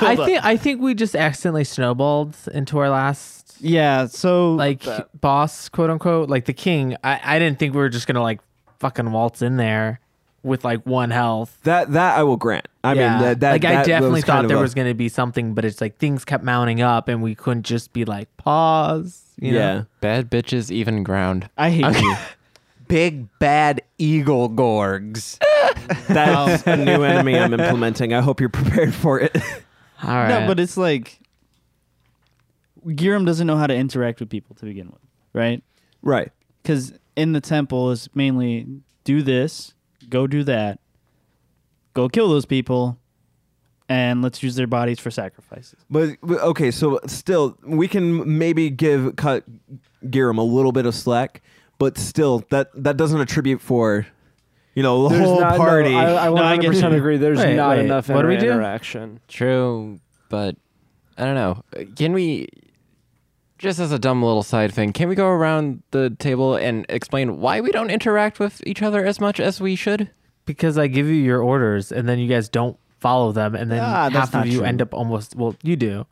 [SPEAKER 4] hold up.
[SPEAKER 5] think I think we just accidentally snowballed into our last
[SPEAKER 4] Yeah. So
[SPEAKER 5] like boss, quote unquote, like the king. I, I didn't think we were just gonna like fucking waltz in there with like one health.
[SPEAKER 1] That that I will grant. I
[SPEAKER 5] Yeah.
[SPEAKER 1] mean, that, that
[SPEAKER 5] like
[SPEAKER 1] that
[SPEAKER 5] I
[SPEAKER 1] was
[SPEAKER 5] definitely
[SPEAKER 1] kind
[SPEAKER 5] thought
[SPEAKER 1] of
[SPEAKER 5] there
[SPEAKER 1] a-
[SPEAKER 5] was gonna be something, but it's like things kept mounting up, and we couldn't just be like pause. You
[SPEAKER 1] yeah.
[SPEAKER 5] know?
[SPEAKER 6] Bad bitches even ground.
[SPEAKER 4] I hate you.
[SPEAKER 3] Big, bad, eagle gorgs.
[SPEAKER 1] That's
[SPEAKER 5] Oh.
[SPEAKER 1] a new enemy I'm implementing. I hope you're prepared for it.
[SPEAKER 5] All right.
[SPEAKER 4] No, but it's like Giram doesn't know how to interact with people to begin with, right?
[SPEAKER 1] right.
[SPEAKER 4] Because in the temple is mainly do this, go do that, go kill those people, and let's use their bodies for sacrifices.
[SPEAKER 1] But but, okay, so still we can maybe give cut Garum a little bit of slack, but still that that doesn't attribute for you know the
[SPEAKER 2] There's
[SPEAKER 1] whole
[SPEAKER 2] not, no,
[SPEAKER 1] party.
[SPEAKER 2] I, I
[SPEAKER 4] No, I
[SPEAKER 2] 100
[SPEAKER 4] get
[SPEAKER 2] percent
[SPEAKER 4] you.
[SPEAKER 2] agree. There's
[SPEAKER 5] Wait,
[SPEAKER 2] not
[SPEAKER 5] wait,
[SPEAKER 2] enough
[SPEAKER 5] what do we do?
[SPEAKER 2] interaction.
[SPEAKER 6] True, but I don't know. Uh, Can we, just as a dumb little side thing, can we go around the table and explain why we don't interact with each other as much as we should?
[SPEAKER 5] because I give you your orders and then you guys don't follow them, and then
[SPEAKER 4] Ah, that's
[SPEAKER 5] half of
[SPEAKER 4] not
[SPEAKER 5] you
[SPEAKER 4] true.
[SPEAKER 5] end up almost well, you do,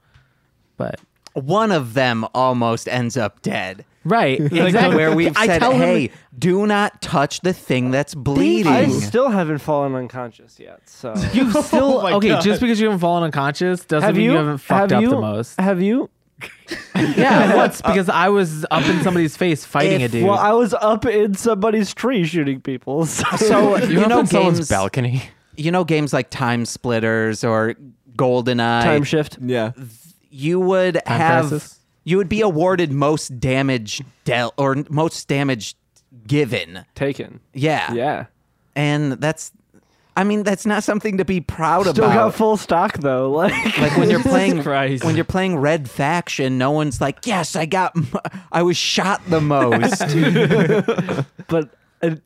[SPEAKER 5] but
[SPEAKER 3] One of them almost ends up dead.
[SPEAKER 5] right, exactly.
[SPEAKER 3] Where we've
[SPEAKER 5] I
[SPEAKER 3] said,
[SPEAKER 5] tell him-
[SPEAKER 3] "Hey, do not touch the thing that's bleeding."
[SPEAKER 2] I still haven't fallen unconscious yet. So
[SPEAKER 5] You've still
[SPEAKER 4] Oh my
[SPEAKER 5] okay.
[SPEAKER 4] God.
[SPEAKER 5] Just because you haven't fallen unconscious doesn't
[SPEAKER 2] have
[SPEAKER 5] mean you,
[SPEAKER 2] you?
[SPEAKER 5] haven't
[SPEAKER 2] have
[SPEAKER 5] fucked up
[SPEAKER 2] you?
[SPEAKER 5] the most.
[SPEAKER 2] Have you?
[SPEAKER 5] Yeah, once because I was up in somebody's face fighting
[SPEAKER 3] If-
[SPEAKER 5] a dude.
[SPEAKER 2] Well, I was up in somebody's tree shooting people. So,
[SPEAKER 3] so
[SPEAKER 6] You,
[SPEAKER 3] you
[SPEAKER 6] up
[SPEAKER 3] know
[SPEAKER 6] on someone's
[SPEAKER 3] games.
[SPEAKER 6] balcony.
[SPEAKER 3] You know games like Time Splitters or GoldenEye.
[SPEAKER 2] time shift.
[SPEAKER 1] yeah.
[SPEAKER 3] you would have
[SPEAKER 5] crisis?
[SPEAKER 3] you would be awarded most damage dealt or most damage given.
[SPEAKER 2] Taken.
[SPEAKER 3] Yeah.
[SPEAKER 2] Yeah.
[SPEAKER 3] And that's I mean that's not something to be proud
[SPEAKER 2] Still
[SPEAKER 3] about.
[SPEAKER 2] got full stock though. Like
[SPEAKER 3] like when you're playing
[SPEAKER 4] Christ.
[SPEAKER 3] when you're playing Red Faction, no one's like, "Yes, I got m- I was shot the most."
[SPEAKER 2] but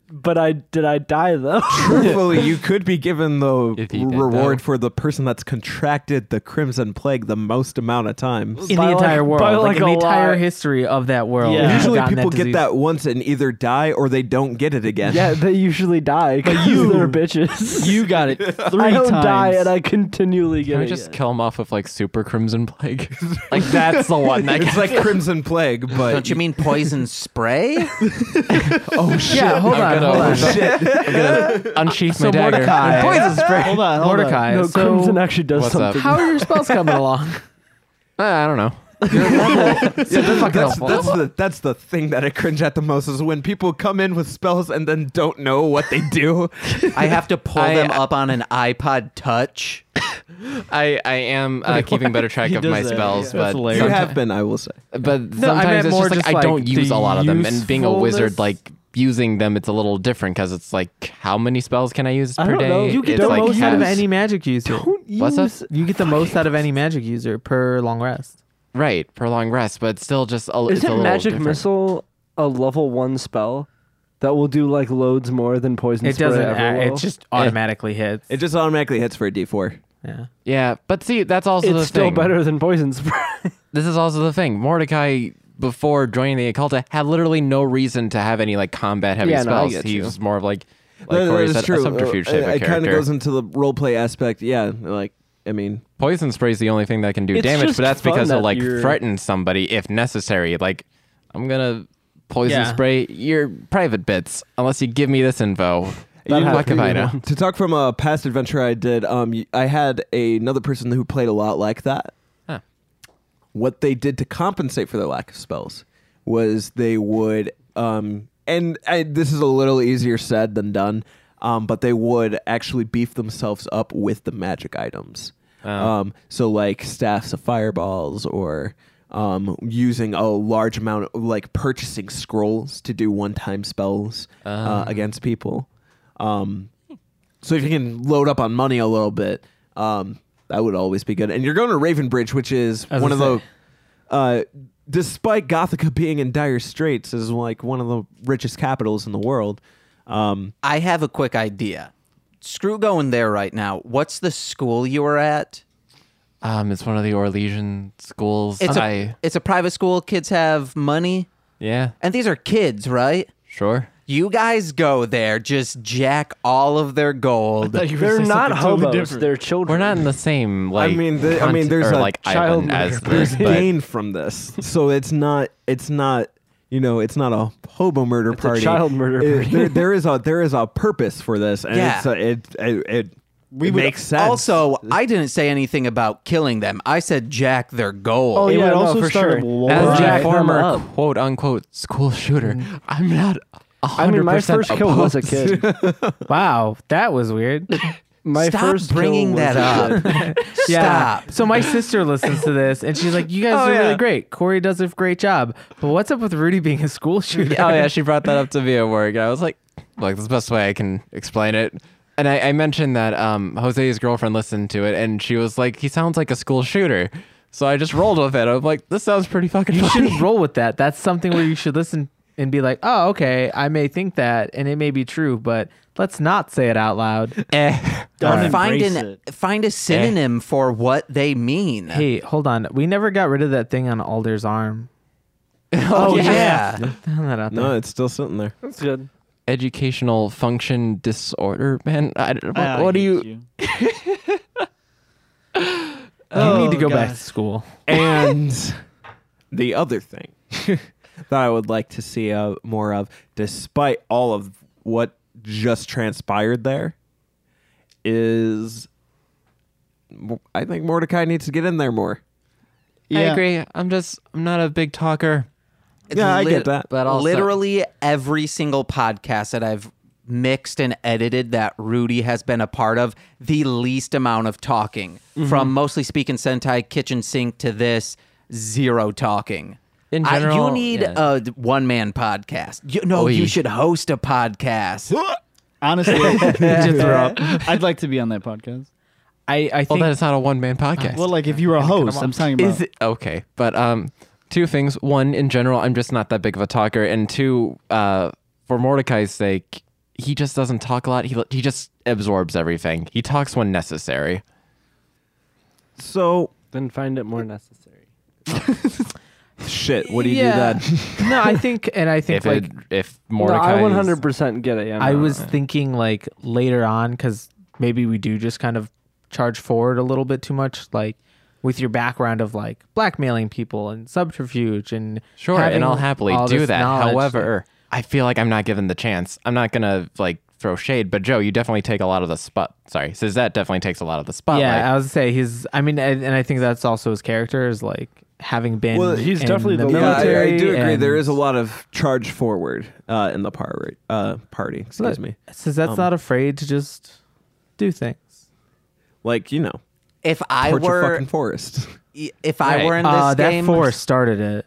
[SPEAKER 2] but I did I die though?
[SPEAKER 1] Truthfully, you could be given the
[SPEAKER 6] If he did,
[SPEAKER 1] reward
[SPEAKER 6] though.
[SPEAKER 1] for the person that's contracted the Crimson Plague the most amount of times.
[SPEAKER 5] in
[SPEAKER 2] By
[SPEAKER 5] the
[SPEAKER 2] like-
[SPEAKER 5] entire world,
[SPEAKER 2] by
[SPEAKER 5] like,
[SPEAKER 2] like
[SPEAKER 5] in the
[SPEAKER 2] a
[SPEAKER 5] entire
[SPEAKER 2] lot.
[SPEAKER 5] history of that world.
[SPEAKER 4] Yeah.
[SPEAKER 5] you've
[SPEAKER 1] Usually,
[SPEAKER 5] gotten
[SPEAKER 1] people get
[SPEAKER 5] disease.
[SPEAKER 1] that once and either die or they don't get it again.
[SPEAKER 2] yeah, they usually die because
[SPEAKER 4] you-
[SPEAKER 2] they're bitches.
[SPEAKER 4] You got it three
[SPEAKER 2] I don't
[SPEAKER 4] times.
[SPEAKER 2] die and I continually get
[SPEAKER 6] Can we
[SPEAKER 2] it.
[SPEAKER 6] just kill him off with like super crimson plague? like that's the one that
[SPEAKER 1] it's like Crimson Plague, but
[SPEAKER 3] Don't you mean poison spray?
[SPEAKER 5] Yeah, hold on,
[SPEAKER 6] I'm
[SPEAKER 5] hold on.
[SPEAKER 6] gonna, I'm gonna unsheath my
[SPEAKER 5] So
[SPEAKER 6] dagger.
[SPEAKER 5] Mordecai-
[SPEAKER 6] Poison spray.
[SPEAKER 4] Hold on, hold
[SPEAKER 5] Mordecai.
[SPEAKER 2] no,
[SPEAKER 5] so
[SPEAKER 2] Crimson actually does
[SPEAKER 6] what's up?
[SPEAKER 2] something.
[SPEAKER 5] how are your spells coming along?
[SPEAKER 6] Uh, I don't know.
[SPEAKER 1] Yeah, that's, that's,
[SPEAKER 6] helpful.
[SPEAKER 1] that's the that's the thing that I cringe at the most is when people come in with spells and then don't know what they do.
[SPEAKER 3] I have to pull
[SPEAKER 6] I-
[SPEAKER 3] them up on an iPod Touch.
[SPEAKER 6] I, I am uh, keeping better track
[SPEAKER 4] He
[SPEAKER 6] of
[SPEAKER 4] does
[SPEAKER 6] my
[SPEAKER 4] that.
[SPEAKER 6] spells,
[SPEAKER 4] Yeah. That's
[SPEAKER 6] but
[SPEAKER 4] hilarious.
[SPEAKER 1] you
[SPEAKER 6] someti-
[SPEAKER 1] have been, I will say.
[SPEAKER 6] but
[SPEAKER 5] I meant
[SPEAKER 6] sometimes it's
[SPEAKER 5] more
[SPEAKER 6] just like
[SPEAKER 5] just,
[SPEAKER 6] I
[SPEAKER 5] like,
[SPEAKER 6] don't
[SPEAKER 5] the
[SPEAKER 6] use a lot of them, and being a wizard,
[SPEAKER 5] usefulness.
[SPEAKER 6] like using them, it's a little different because it's like how many spells can I use
[SPEAKER 5] I
[SPEAKER 6] per
[SPEAKER 5] don't
[SPEAKER 6] day?
[SPEAKER 5] know. You get
[SPEAKER 6] it's
[SPEAKER 5] the
[SPEAKER 6] like
[SPEAKER 5] most out of
[SPEAKER 6] halves.
[SPEAKER 5] any magic user.
[SPEAKER 6] What's up?
[SPEAKER 5] You get the most out of any magic user per long rest.
[SPEAKER 6] Right per long rest, but still just a, it's a
[SPEAKER 2] Isn't
[SPEAKER 6] little
[SPEAKER 2] magic
[SPEAKER 6] different.
[SPEAKER 2] missile a level one spell that will do like loads more than poison
[SPEAKER 5] It
[SPEAKER 2] spray
[SPEAKER 5] doesn't.
[SPEAKER 2] ever
[SPEAKER 5] act-
[SPEAKER 2] will?
[SPEAKER 5] It just automatically hits.
[SPEAKER 1] It just automatically hits for a D four.
[SPEAKER 5] yeah.
[SPEAKER 6] Yeah, but see, that's also the
[SPEAKER 2] it's still
[SPEAKER 6] thing.
[SPEAKER 2] better than poison spray.
[SPEAKER 6] This is also the thing. Mordecai, before joining the Occulta, had literally no reason to have any like combat heavy
[SPEAKER 2] Yeah, no, I
[SPEAKER 6] spells.
[SPEAKER 2] get
[SPEAKER 6] he
[SPEAKER 2] you.
[SPEAKER 6] was more of like, like Corey said, a subterfuge type of
[SPEAKER 1] it kind
[SPEAKER 6] character.
[SPEAKER 1] of goes into the roleplay aspect. Yeah, like I mean,
[SPEAKER 6] Poison spray is the only thing that can do
[SPEAKER 2] It's
[SPEAKER 6] damage,
[SPEAKER 2] just
[SPEAKER 6] but that's
[SPEAKER 2] fun
[SPEAKER 6] because it
[SPEAKER 2] that
[SPEAKER 6] like
[SPEAKER 2] you're-
[SPEAKER 6] threatens somebody if necessary. Like, I'm gonna poison
[SPEAKER 5] Yeah.
[SPEAKER 6] spray your private bits unless you give me this info.
[SPEAKER 1] That
[SPEAKER 6] You-
[SPEAKER 1] happened
[SPEAKER 6] Fuck if
[SPEAKER 1] to
[SPEAKER 6] I
[SPEAKER 1] me
[SPEAKER 6] know.
[SPEAKER 1] one- To talk from a past adventure I did, um, y- I had another person who played a lot like that.
[SPEAKER 6] Huh.
[SPEAKER 1] What they did to compensate for their lack of spells was they would, um, and I, this is a little easier said than done, um, but they would actually beef themselves up with the magic items.
[SPEAKER 6] Oh.
[SPEAKER 1] Um, so like staffs of fireballs or um, using a large amount of like purchasing scrolls to do one-time spells
[SPEAKER 6] Oh.
[SPEAKER 1] uh, against people. Um, so if you can load up on money a little bit, um, that would always be good. And you're going to Ravenbridge, which is
[SPEAKER 5] was
[SPEAKER 1] one of
[SPEAKER 5] gonna
[SPEAKER 1] the, uh, despite Gothica being in dire straits, is like one of the richest capitals in the world. Um,
[SPEAKER 3] I have a quick idea. Screw going there right now. What's the school you were at?
[SPEAKER 6] Um, it's one of the Orlesian schools.
[SPEAKER 3] It's
[SPEAKER 6] I-
[SPEAKER 3] a it's a private school. Kids have money,
[SPEAKER 6] yeah,
[SPEAKER 3] and these are kids, right?
[SPEAKER 6] sure.
[SPEAKER 3] You guys go there, just jack all of their gold.
[SPEAKER 2] They're not hobos. They're children.
[SPEAKER 6] We're not in the same like.
[SPEAKER 1] mean, the- I mean, there's
[SPEAKER 6] or,
[SPEAKER 1] a
[SPEAKER 6] like
[SPEAKER 2] child
[SPEAKER 6] island as
[SPEAKER 2] murder.
[SPEAKER 6] this,
[SPEAKER 1] there's
[SPEAKER 6] but
[SPEAKER 1] gain from this, so it's not it's not you know it's not a hobo murder
[SPEAKER 2] a
[SPEAKER 1] party,
[SPEAKER 2] child murder
[SPEAKER 1] It-
[SPEAKER 2] party.
[SPEAKER 1] there, there is a there is a purpose for this, and
[SPEAKER 3] Yeah.
[SPEAKER 1] it's a, it it, it, it
[SPEAKER 4] would
[SPEAKER 1] makes sense.
[SPEAKER 3] Also, I didn't say anything about killing them. I said jack their gold.
[SPEAKER 4] Oh,
[SPEAKER 2] yeah,
[SPEAKER 4] you would
[SPEAKER 2] no,
[SPEAKER 4] also
[SPEAKER 2] for
[SPEAKER 4] start
[SPEAKER 2] sure.
[SPEAKER 4] a war.
[SPEAKER 6] as
[SPEAKER 2] Right.
[SPEAKER 6] a
[SPEAKER 2] Jack them
[SPEAKER 6] former
[SPEAKER 2] up. Mm-hmm.
[SPEAKER 6] quote unquote school shooter, I'm not. 100%
[SPEAKER 2] I mean, my first
[SPEAKER 6] opposed.
[SPEAKER 2] kill was a kid.
[SPEAKER 5] Wow, that was weird.
[SPEAKER 2] My
[SPEAKER 3] Stop
[SPEAKER 2] first kill
[SPEAKER 3] bringing
[SPEAKER 2] was
[SPEAKER 3] that
[SPEAKER 2] a
[SPEAKER 3] up.
[SPEAKER 2] kid.
[SPEAKER 5] Yeah.
[SPEAKER 3] Stop.
[SPEAKER 5] So my sister listens to this and she's like, "You guys
[SPEAKER 1] Oh,
[SPEAKER 5] are
[SPEAKER 1] yeah.
[SPEAKER 5] really great. Corey does a great job, but what's up with Rudy being a school shooter?"
[SPEAKER 6] oh yeah, she brought that up to me at work, and I was like, "Look, that's the best way I can explain it." And I, I mentioned that um, Jose's girlfriend listened to it, and she was like, "He sounds like a school shooter." So I just rolled with it. I'm like, "This sounds pretty fucking."
[SPEAKER 5] You
[SPEAKER 6] funny.
[SPEAKER 5] should roll with that. That's something where you should listen and be like, oh, okay, I may think that, and it may be true, but let's not say it out loud.
[SPEAKER 3] Eh.
[SPEAKER 4] Don't
[SPEAKER 3] Or find
[SPEAKER 4] embrace
[SPEAKER 3] an
[SPEAKER 4] it.
[SPEAKER 3] find a synonym for what they mean.
[SPEAKER 5] hey, hold on. We never got rid of that thing on Alder's arm.
[SPEAKER 3] oh
[SPEAKER 5] yeah. Throwing that out there.
[SPEAKER 1] No, it's still sitting there.
[SPEAKER 2] That's good.
[SPEAKER 6] Educational function disorder, man. I, don't-
[SPEAKER 2] Oh,
[SPEAKER 4] I
[SPEAKER 6] what do
[SPEAKER 4] hate
[SPEAKER 6] you?
[SPEAKER 5] you need to
[SPEAKER 4] Oh,
[SPEAKER 5] go back
[SPEAKER 4] God.
[SPEAKER 5] to school.
[SPEAKER 1] And the other thing that I would like to see uh, more of, despite all of what just transpired there, is I think Mordecai needs to get in there more.
[SPEAKER 6] I
[SPEAKER 4] Yeah.
[SPEAKER 6] agree. I'm just. I'm not a big talker.
[SPEAKER 1] Yeah, I get that.
[SPEAKER 6] But also,
[SPEAKER 3] literally every single podcast that I've mixed and edited that Rudy has been a part of, the least amount of talking from mostly speaking Sentai kitchen sink to this zero talking.
[SPEAKER 6] In
[SPEAKER 3] I-
[SPEAKER 6] general,
[SPEAKER 3] you need
[SPEAKER 6] yeah.
[SPEAKER 3] a one man podcast. You, no,
[SPEAKER 6] Oy.
[SPEAKER 3] you should host a podcast.
[SPEAKER 4] Honestly, just throw up. I'd like to be on that podcast.
[SPEAKER 5] I, I
[SPEAKER 6] well,
[SPEAKER 5] think
[SPEAKER 6] then it's not a one man podcast.
[SPEAKER 4] Well, like if you were a host, I'm talking about.
[SPEAKER 6] Is it okay? But um, two things. One, in general, I'm just not that big of a talker, and two, uh, for Mordecai's sake, he just doesn't talk a lot. He he just absorbs everything. He talks when necessary.
[SPEAKER 1] So
[SPEAKER 2] Then find it more necessary.
[SPEAKER 1] shit, what do you
[SPEAKER 5] Yeah.
[SPEAKER 1] do then?
[SPEAKER 5] no, I think, and I think
[SPEAKER 6] If
[SPEAKER 5] like
[SPEAKER 6] it, if
[SPEAKER 2] No,
[SPEAKER 6] Mordecai,
[SPEAKER 2] I 100% get it. Yeah,
[SPEAKER 5] I
[SPEAKER 6] Oh,
[SPEAKER 2] no,
[SPEAKER 5] was
[SPEAKER 2] no.
[SPEAKER 5] thinking like later on because maybe we do just kind of charge forward a little bit too much, like with your background of like blackmailing people and subterfuge and
[SPEAKER 6] Sure,
[SPEAKER 5] having
[SPEAKER 6] and I'll happily
[SPEAKER 5] all
[SPEAKER 6] do
[SPEAKER 5] this
[SPEAKER 6] that.
[SPEAKER 5] knowledge.
[SPEAKER 6] However, I feel like I'm not given the chance. I'm not gonna like throw shade, but Joe, you definitely take a lot of the spot. Sorry, says that definitely takes a lot of the spotlight.
[SPEAKER 5] yeah, I was say he's. I mean, and, and I think that's also his character is like having been.
[SPEAKER 1] Well,
[SPEAKER 2] he's
[SPEAKER 5] in
[SPEAKER 2] definitely
[SPEAKER 5] the
[SPEAKER 2] the-
[SPEAKER 1] Yeah, I-
[SPEAKER 5] military.
[SPEAKER 1] I, do agree.
[SPEAKER 5] and-
[SPEAKER 1] There is a lot of charge forward uh, in the par- uh, party. Excuse me.
[SPEAKER 5] Says
[SPEAKER 6] Um,
[SPEAKER 5] that's not afraid to just do things.
[SPEAKER 1] Like you know,
[SPEAKER 3] If I
[SPEAKER 1] torture
[SPEAKER 3] were
[SPEAKER 1] fucking forest.
[SPEAKER 3] if I
[SPEAKER 6] Right.
[SPEAKER 3] were in this
[SPEAKER 5] Uh, that
[SPEAKER 3] game,
[SPEAKER 5] force started it.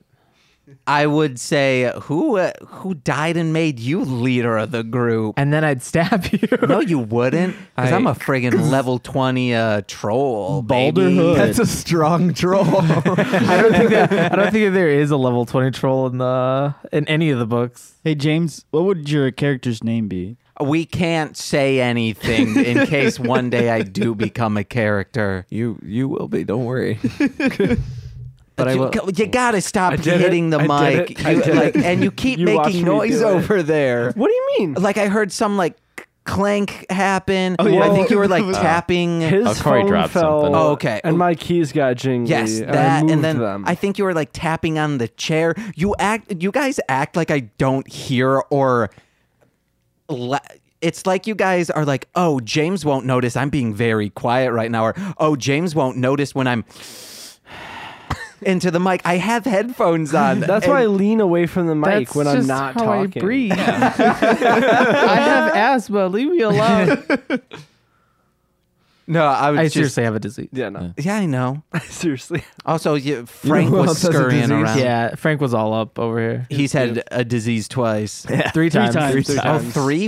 [SPEAKER 3] I would say who uh, who died and made you leader of the group.
[SPEAKER 5] and then I'd stab you.
[SPEAKER 3] No, you wouldn't, because
[SPEAKER 6] I-
[SPEAKER 3] I'm a friggin' level twenty uh, troll.
[SPEAKER 4] Balder
[SPEAKER 3] baby.
[SPEAKER 4] Hood.
[SPEAKER 1] That's a strong troll.
[SPEAKER 5] I don't think that I don't think that there is a level twenty troll in the in any of the books.
[SPEAKER 4] Hey James, what would your character's name be?
[SPEAKER 3] We can't say anything in case one day I do become a character.
[SPEAKER 1] you you will be. Don't worry.
[SPEAKER 6] But I
[SPEAKER 3] you,
[SPEAKER 6] will-
[SPEAKER 3] you gotta stop
[SPEAKER 2] I did
[SPEAKER 3] hitting the
[SPEAKER 2] it. I did
[SPEAKER 3] mic,
[SPEAKER 2] it. I
[SPEAKER 3] You-
[SPEAKER 2] did
[SPEAKER 3] like,
[SPEAKER 2] it.
[SPEAKER 3] and you keep
[SPEAKER 2] You watched me
[SPEAKER 3] making
[SPEAKER 2] do
[SPEAKER 3] noise
[SPEAKER 2] it.
[SPEAKER 3] over there.
[SPEAKER 2] What do you mean?
[SPEAKER 3] Like I heard some like clank happen.
[SPEAKER 4] Oh, yeah.
[SPEAKER 3] I think you were like
[SPEAKER 4] Well,
[SPEAKER 3] tapping.
[SPEAKER 2] His
[SPEAKER 6] Oh, Corey
[SPEAKER 2] phone
[SPEAKER 6] dropped
[SPEAKER 2] fell.
[SPEAKER 6] something.
[SPEAKER 3] Oh, okay.
[SPEAKER 2] And my keys got jingly.
[SPEAKER 3] Yes,
[SPEAKER 2] and I
[SPEAKER 3] that,
[SPEAKER 2] moved
[SPEAKER 3] and then
[SPEAKER 2] them.
[SPEAKER 3] I think you were like tapping on the chair. You act, you guys act like I don't hear or. La- it's like you guys are like, oh, James won't notice I'm being very quiet right now, or oh, James won't notice when I'm into the mic. I have headphones on.
[SPEAKER 2] That's
[SPEAKER 3] and
[SPEAKER 2] why I lean away from the mic
[SPEAKER 5] That's
[SPEAKER 2] when I'm
[SPEAKER 5] just
[SPEAKER 2] not
[SPEAKER 5] how
[SPEAKER 2] talking.
[SPEAKER 5] I breathe. I have asthma. Leave me alone.
[SPEAKER 3] No, I was
[SPEAKER 5] I
[SPEAKER 3] just.
[SPEAKER 5] seriously have a disease.
[SPEAKER 2] Yeah, no.
[SPEAKER 3] Yeah, I know.
[SPEAKER 2] Seriously.
[SPEAKER 3] Also, you, Frank was
[SPEAKER 1] else has a
[SPEAKER 3] scurrying
[SPEAKER 1] disease?
[SPEAKER 3] around.
[SPEAKER 5] Yeah, Frank was all up over here
[SPEAKER 3] He's had a disease twice.
[SPEAKER 5] three times.
[SPEAKER 4] times. Three
[SPEAKER 3] Oh, three?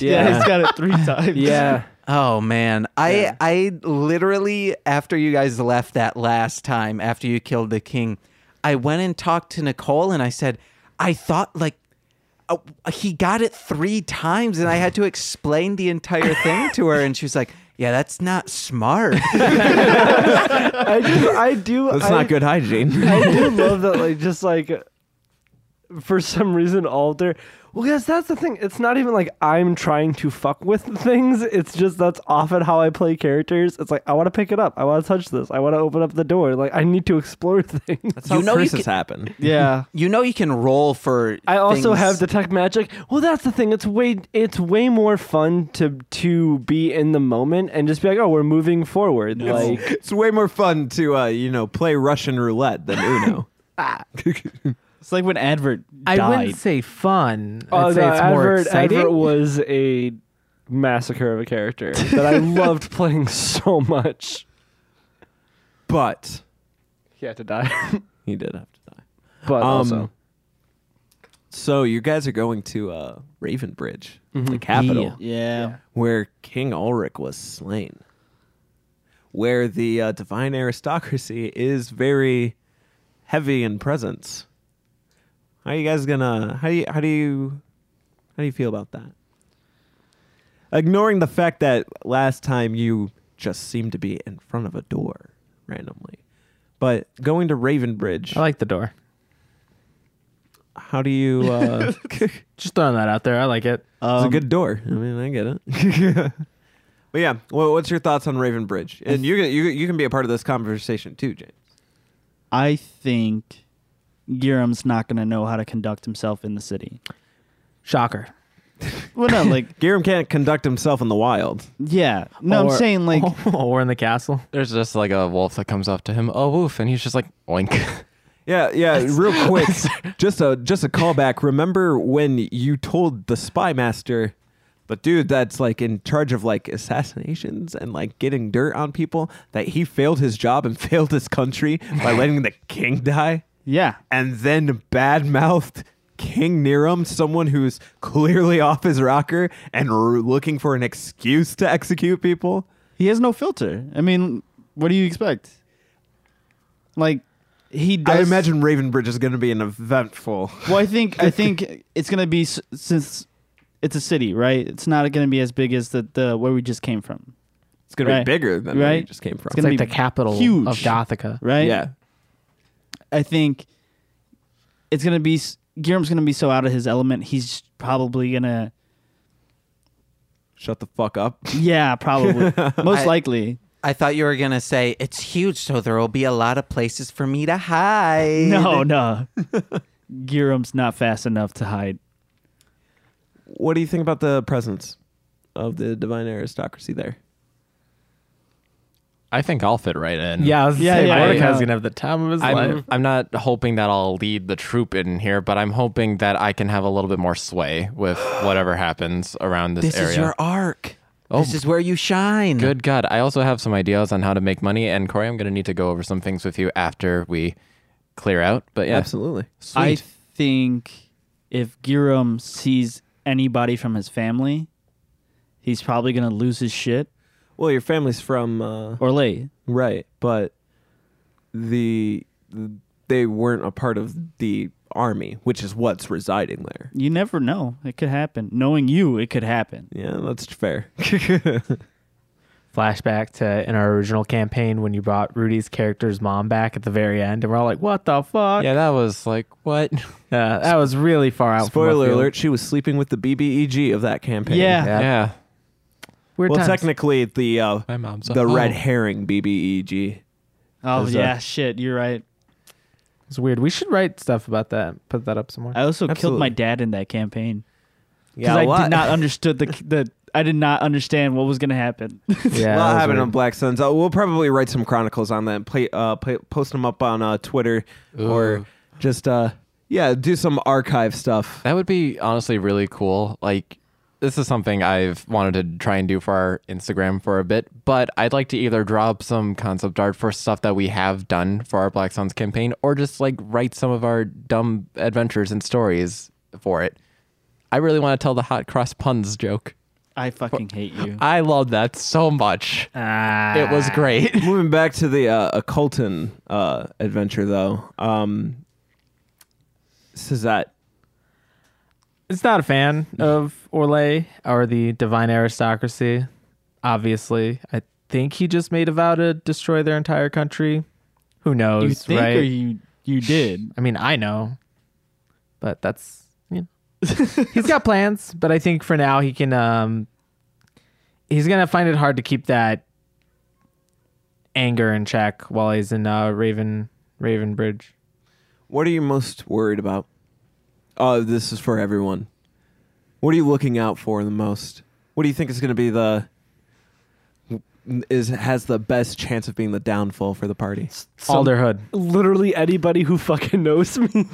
[SPEAKER 4] Yeah,
[SPEAKER 2] Yeah.
[SPEAKER 4] he's got it three times.
[SPEAKER 2] Yeah.
[SPEAKER 3] Oh man, I
[SPEAKER 2] Yeah.
[SPEAKER 3] I literally after you guys left that last time after you killed the king, I went and talked to Nicole and I said, "I thought like uh, he got it 3 times and I had to explain the entire thing to her and she was like, "Yeah, that's not smart."
[SPEAKER 2] I do. I do.
[SPEAKER 1] That's
[SPEAKER 2] I,
[SPEAKER 1] not good hygiene.
[SPEAKER 2] I do love that. Like, just like for some reason, Alter. Well, yes, that's the thing. It's not even like I'm trying to fuck with things. It's just that's often how I play characters. It's like I want to pick it up. I want to touch this. I want to open up the door. Like I need to explore things.
[SPEAKER 1] That's how
[SPEAKER 3] You know you
[SPEAKER 1] curses
[SPEAKER 3] can-
[SPEAKER 1] happen.
[SPEAKER 4] Yeah.
[SPEAKER 3] you know you can roll for
[SPEAKER 2] I also
[SPEAKER 3] things-
[SPEAKER 2] have detect magic. Well, that's the thing. It's way it's way more fun to to be in the moment and just be like, oh, we're moving forward. Like
[SPEAKER 1] It's way more fun to uh, you know play Russian roulette than Uno.
[SPEAKER 4] It's like when advert
[SPEAKER 5] I
[SPEAKER 4] died.
[SPEAKER 5] wouldn't say fun.
[SPEAKER 2] Oh,
[SPEAKER 5] I'd say
[SPEAKER 2] no,
[SPEAKER 5] it's more
[SPEAKER 2] Everett-
[SPEAKER 5] exciting.
[SPEAKER 2] Everett was a massacre of a character that I loved playing so much.
[SPEAKER 1] but
[SPEAKER 2] He had to die,
[SPEAKER 1] he did have to die.
[SPEAKER 2] but
[SPEAKER 1] Um,
[SPEAKER 2] also
[SPEAKER 1] So you guys are going to uh, Ravenbridge, the capital,
[SPEAKER 4] Yeah.
[SPEAKER 1] where King Ulric was slain, where the uh, divine aristocracy is very heavy in presence. How you guys gonna? How do you? How do you? How do you feel about that? Ignoring the fact that last time you just seemed to be in front of a door randomly, but going to Ravenbridge,
[SPEAKER 5] Oh, I like the door.
[SPEAKER 1] how do you? Uh,
[SPEAKER 5] Just throwing that out there. I like it. Uh,
[SPEAKER 1] it's a good door. Um, I mean, I get it. but yeah, well, what's your thoughts on Ravenbridge? And you can you, you can be a part of this conversation too, James.
[SPEAKER 4] I think Giram's not going to know how to conduct himself in the city.
[SPEAKER 5] Shocker.
[SPEAKER 4] Well, no, like,
[SPEAKER 1] Garum can't conduct himself in the wild.
[SPEAKER 4] yeah. No,
[SPEAKER 5] Or-
[SPEAKER 4] I'm saying, like,
[SPEAKER 5] or in the castle.
[SPEAKER 6] There's just like a wolf that comes up to him, oh woof, and he's just like oink.
[SPEAKER 1] Yeah, yeah. Real quick, just a just a callback. Remember when you told the spy master, the dude that's like in charge of like assassinations and like getting dirt on people, that he failed his job and failed his country by letting the king die,
[SPEAKER 4] yeah.
[SPEAKER 1] and then badmouthed King Niram, someone who's clearly off his rocker and r- looking for an excuse to execute people.
[SPEAKER 4] He has no filter. I mean, what do you expect? Like, he does.
[SPEAKER 1] I imagine Ravenbridge is going to be an eventful.
[SPEAKER 4] Well, I think I think it's gonna be s- since it's a city, right? It's not gonna be as big as the, the where we just came from,
[SPEAKER 1] It's going to
[SPEAKER 4] Right.
[SPEAKER 1] be bigger than where you
[SPEAKER 4] Right.
[SPEAKER 1] just came from.
[SPEAKER 4] It's
[SPEAKER 5] It's
[SPEAKER 4] gonna
[SPEAKER 5] like
[SPEAKER 4] be
[SPEAKER 5] the capital
[SPEAKER 4] huge.
[SPEAKER 5] of Gothica.
[SPEAKER 4] right?
[SPEAKER 1] yeah.
[SPEAKER 4] I think it's gonna be Guillermo's gonna be so out of his element. He's probably gonna
[SPEAKER 1] Shut the fuck up.
[SPEAKER 4] yeah, probably most
[SPEAKER 3] I-
[SPEAKER 4] likely.
[SPEAKER 3] I thought you were gonna say it's huge, so there will be a lot of places for me to hide.
[SPEAKER 4] No, no. Guillermo's not fast enough to hide.
[SPEAKER 1] What do you think about the presence of the divine aristocracy there?
[SPEAKER 6] I think I'll fit right in.
[SPEAKER 5] Yeah, I was
[SPEAKER 4] Yeah,
[SPEAKER 5] yeah, saying
[SPEAKER 4] yeah,
[SPEAKER 5] Mordecai's
[SPEAKER 4] yeah.
[SPEAKER 5] gonna have the time of his life.
[SPEAKER 6] I'm, I'm not hoping that I'll lead the troop in here, but I'm hoping that I can have a little bit more sway with whatever happens around this,
[SPEAKER 3] this
[SPEAKER 6] area.
[SPEAKER 3] is your arc.
[SPEAKER 2] Oh,
[SPEAKER 3] This is where you shine.
[SPEAKER 6] Good God. I also have some ideas on how to make money. And Corey, I'm going to need to go over some things with you after we clear out. But yeah.
[SPEAKER 1] Absolutely.
[SPEAKER 4] I
[SPEAKER 6] Sweet.
[SPEAKER 4] think if Guillaume sees anybody from his family, he's probably gonna lose his shit
[SPEAKER 1] Well, your family's from uh,
[SPEAKER 4] or late.
[SPEAKER 1] right, but the they weren't a part of the army, which is what's residing there.
[SPEAKER 4] You never know. It could happen. Knowing you, it could happen.
[SPEAKER 1] Yeah, that's fair.
[SPEAKER 5] Flashback to in our original campaign when you brought Rudy's character's mom back at the very end, and we're all like, "What the fuck?"
[SPEAKER 6] Yeah, that was like, what?
[SPEAKER 5] Uh, that was really far out. from left
[SPEAKER 1] Spoiler
[SPEAKER 5] field.
[SPEAKER 1] alert: She was sleeping with the BBEG of that campaign.
[SPEAKER 4] Yeah.
[SPEAKER 5] Yeah.
[SPEAKER 6] yeah.
[SPEAKER 5] Weird
[SPEAKER 1] Well,
[SPEAKER 5] times.
[SPEAKER 1] technically, the uh,
[SPEAKER 6] My mom's "Oh, a
[SPEAKER 1] the
[SPEAKER 5] oh.
[SPEAKER 6] hoe.
[SPEAKER 1] red herring E BBEG.
[SPEAKER 4] Oh
[SPEAKER 1] Is, uh,
[SPEAKER 4] yeah, shit. You're right.
[SPEAKER 5] it's weird. We should write stuff about that. Put that up somewhere.
[SPEAKER 4] I also killed my
[SPEAKER 1] Absolutely.
[SPEAKER 4] dad in that campaign
[SPEAKER 1] Yeah,
[SPEAKER 4] because I
[SPEAKER 1] a lot-
[SPEAKER 4] did not understood the the. I did not understand what was gonna happen.
[SPEAKER 5] yeah,
[SPEAKER 1] A
[SPEAKER 5] that
[SPEAKER 1] lot
[SPEAKER 5] was
[SPEAKER 1] happened
[SPEAKER 5] weird.
[SPEAKER 1] on Black Suns. Uh, we'll probably write some chronicles on that. And play, uh, play, post them up on uh, Twitter or
[SPEAKER 6] Ooh.
[SPEAKER 1] just uh, yeah, do some archive stuff.
[SPEAKER 6] That would be honestly really cool. Like, this is something I've wanted to try and do for our Instagram for a bit, but I'd like to either drop some concept art for stuff that we have done for our Black Suns campaign or just like write some of our dumb adventures and stories for it. I really want to tell the hot cross puns joke.
[SPEAKER 4] I fucking hate you.
[SPEAKER 6] I love that so much. It was
[SPEAKER 4] Ah.
[SPEAKER 6] great.
[SPEAKER 1] Moving back to the uh, occulton uh, adventure, though, um, Suzette,
[SPEAKER 5] It's not a fan of Orlay or the Divine Aristocracy. Obviously, I think he just made a vow to destroy their entire country. Who knows,
[SPEAKER 4] you think
[SPEAKER 5] right?
[SPEAKER 4] or you you did?
[SPEAKER 5] I mean, I know, but that's you know. he's got plans. But I think for now he can. um He's gonna find it hard to keep that anger in check while he's in uh, Raven Ravenbridge.
[SPEAKER 1] what are you most worried about? Oh, this is for everyone. What are you looking out for the most? What do you think is going to be the is has the best chance of being the downfall for the party?
[SPEAKER 2] Some-
[SPEAKER 5] Alderhood.
[SPEAKER 2] Literally anybody who fucking knows me.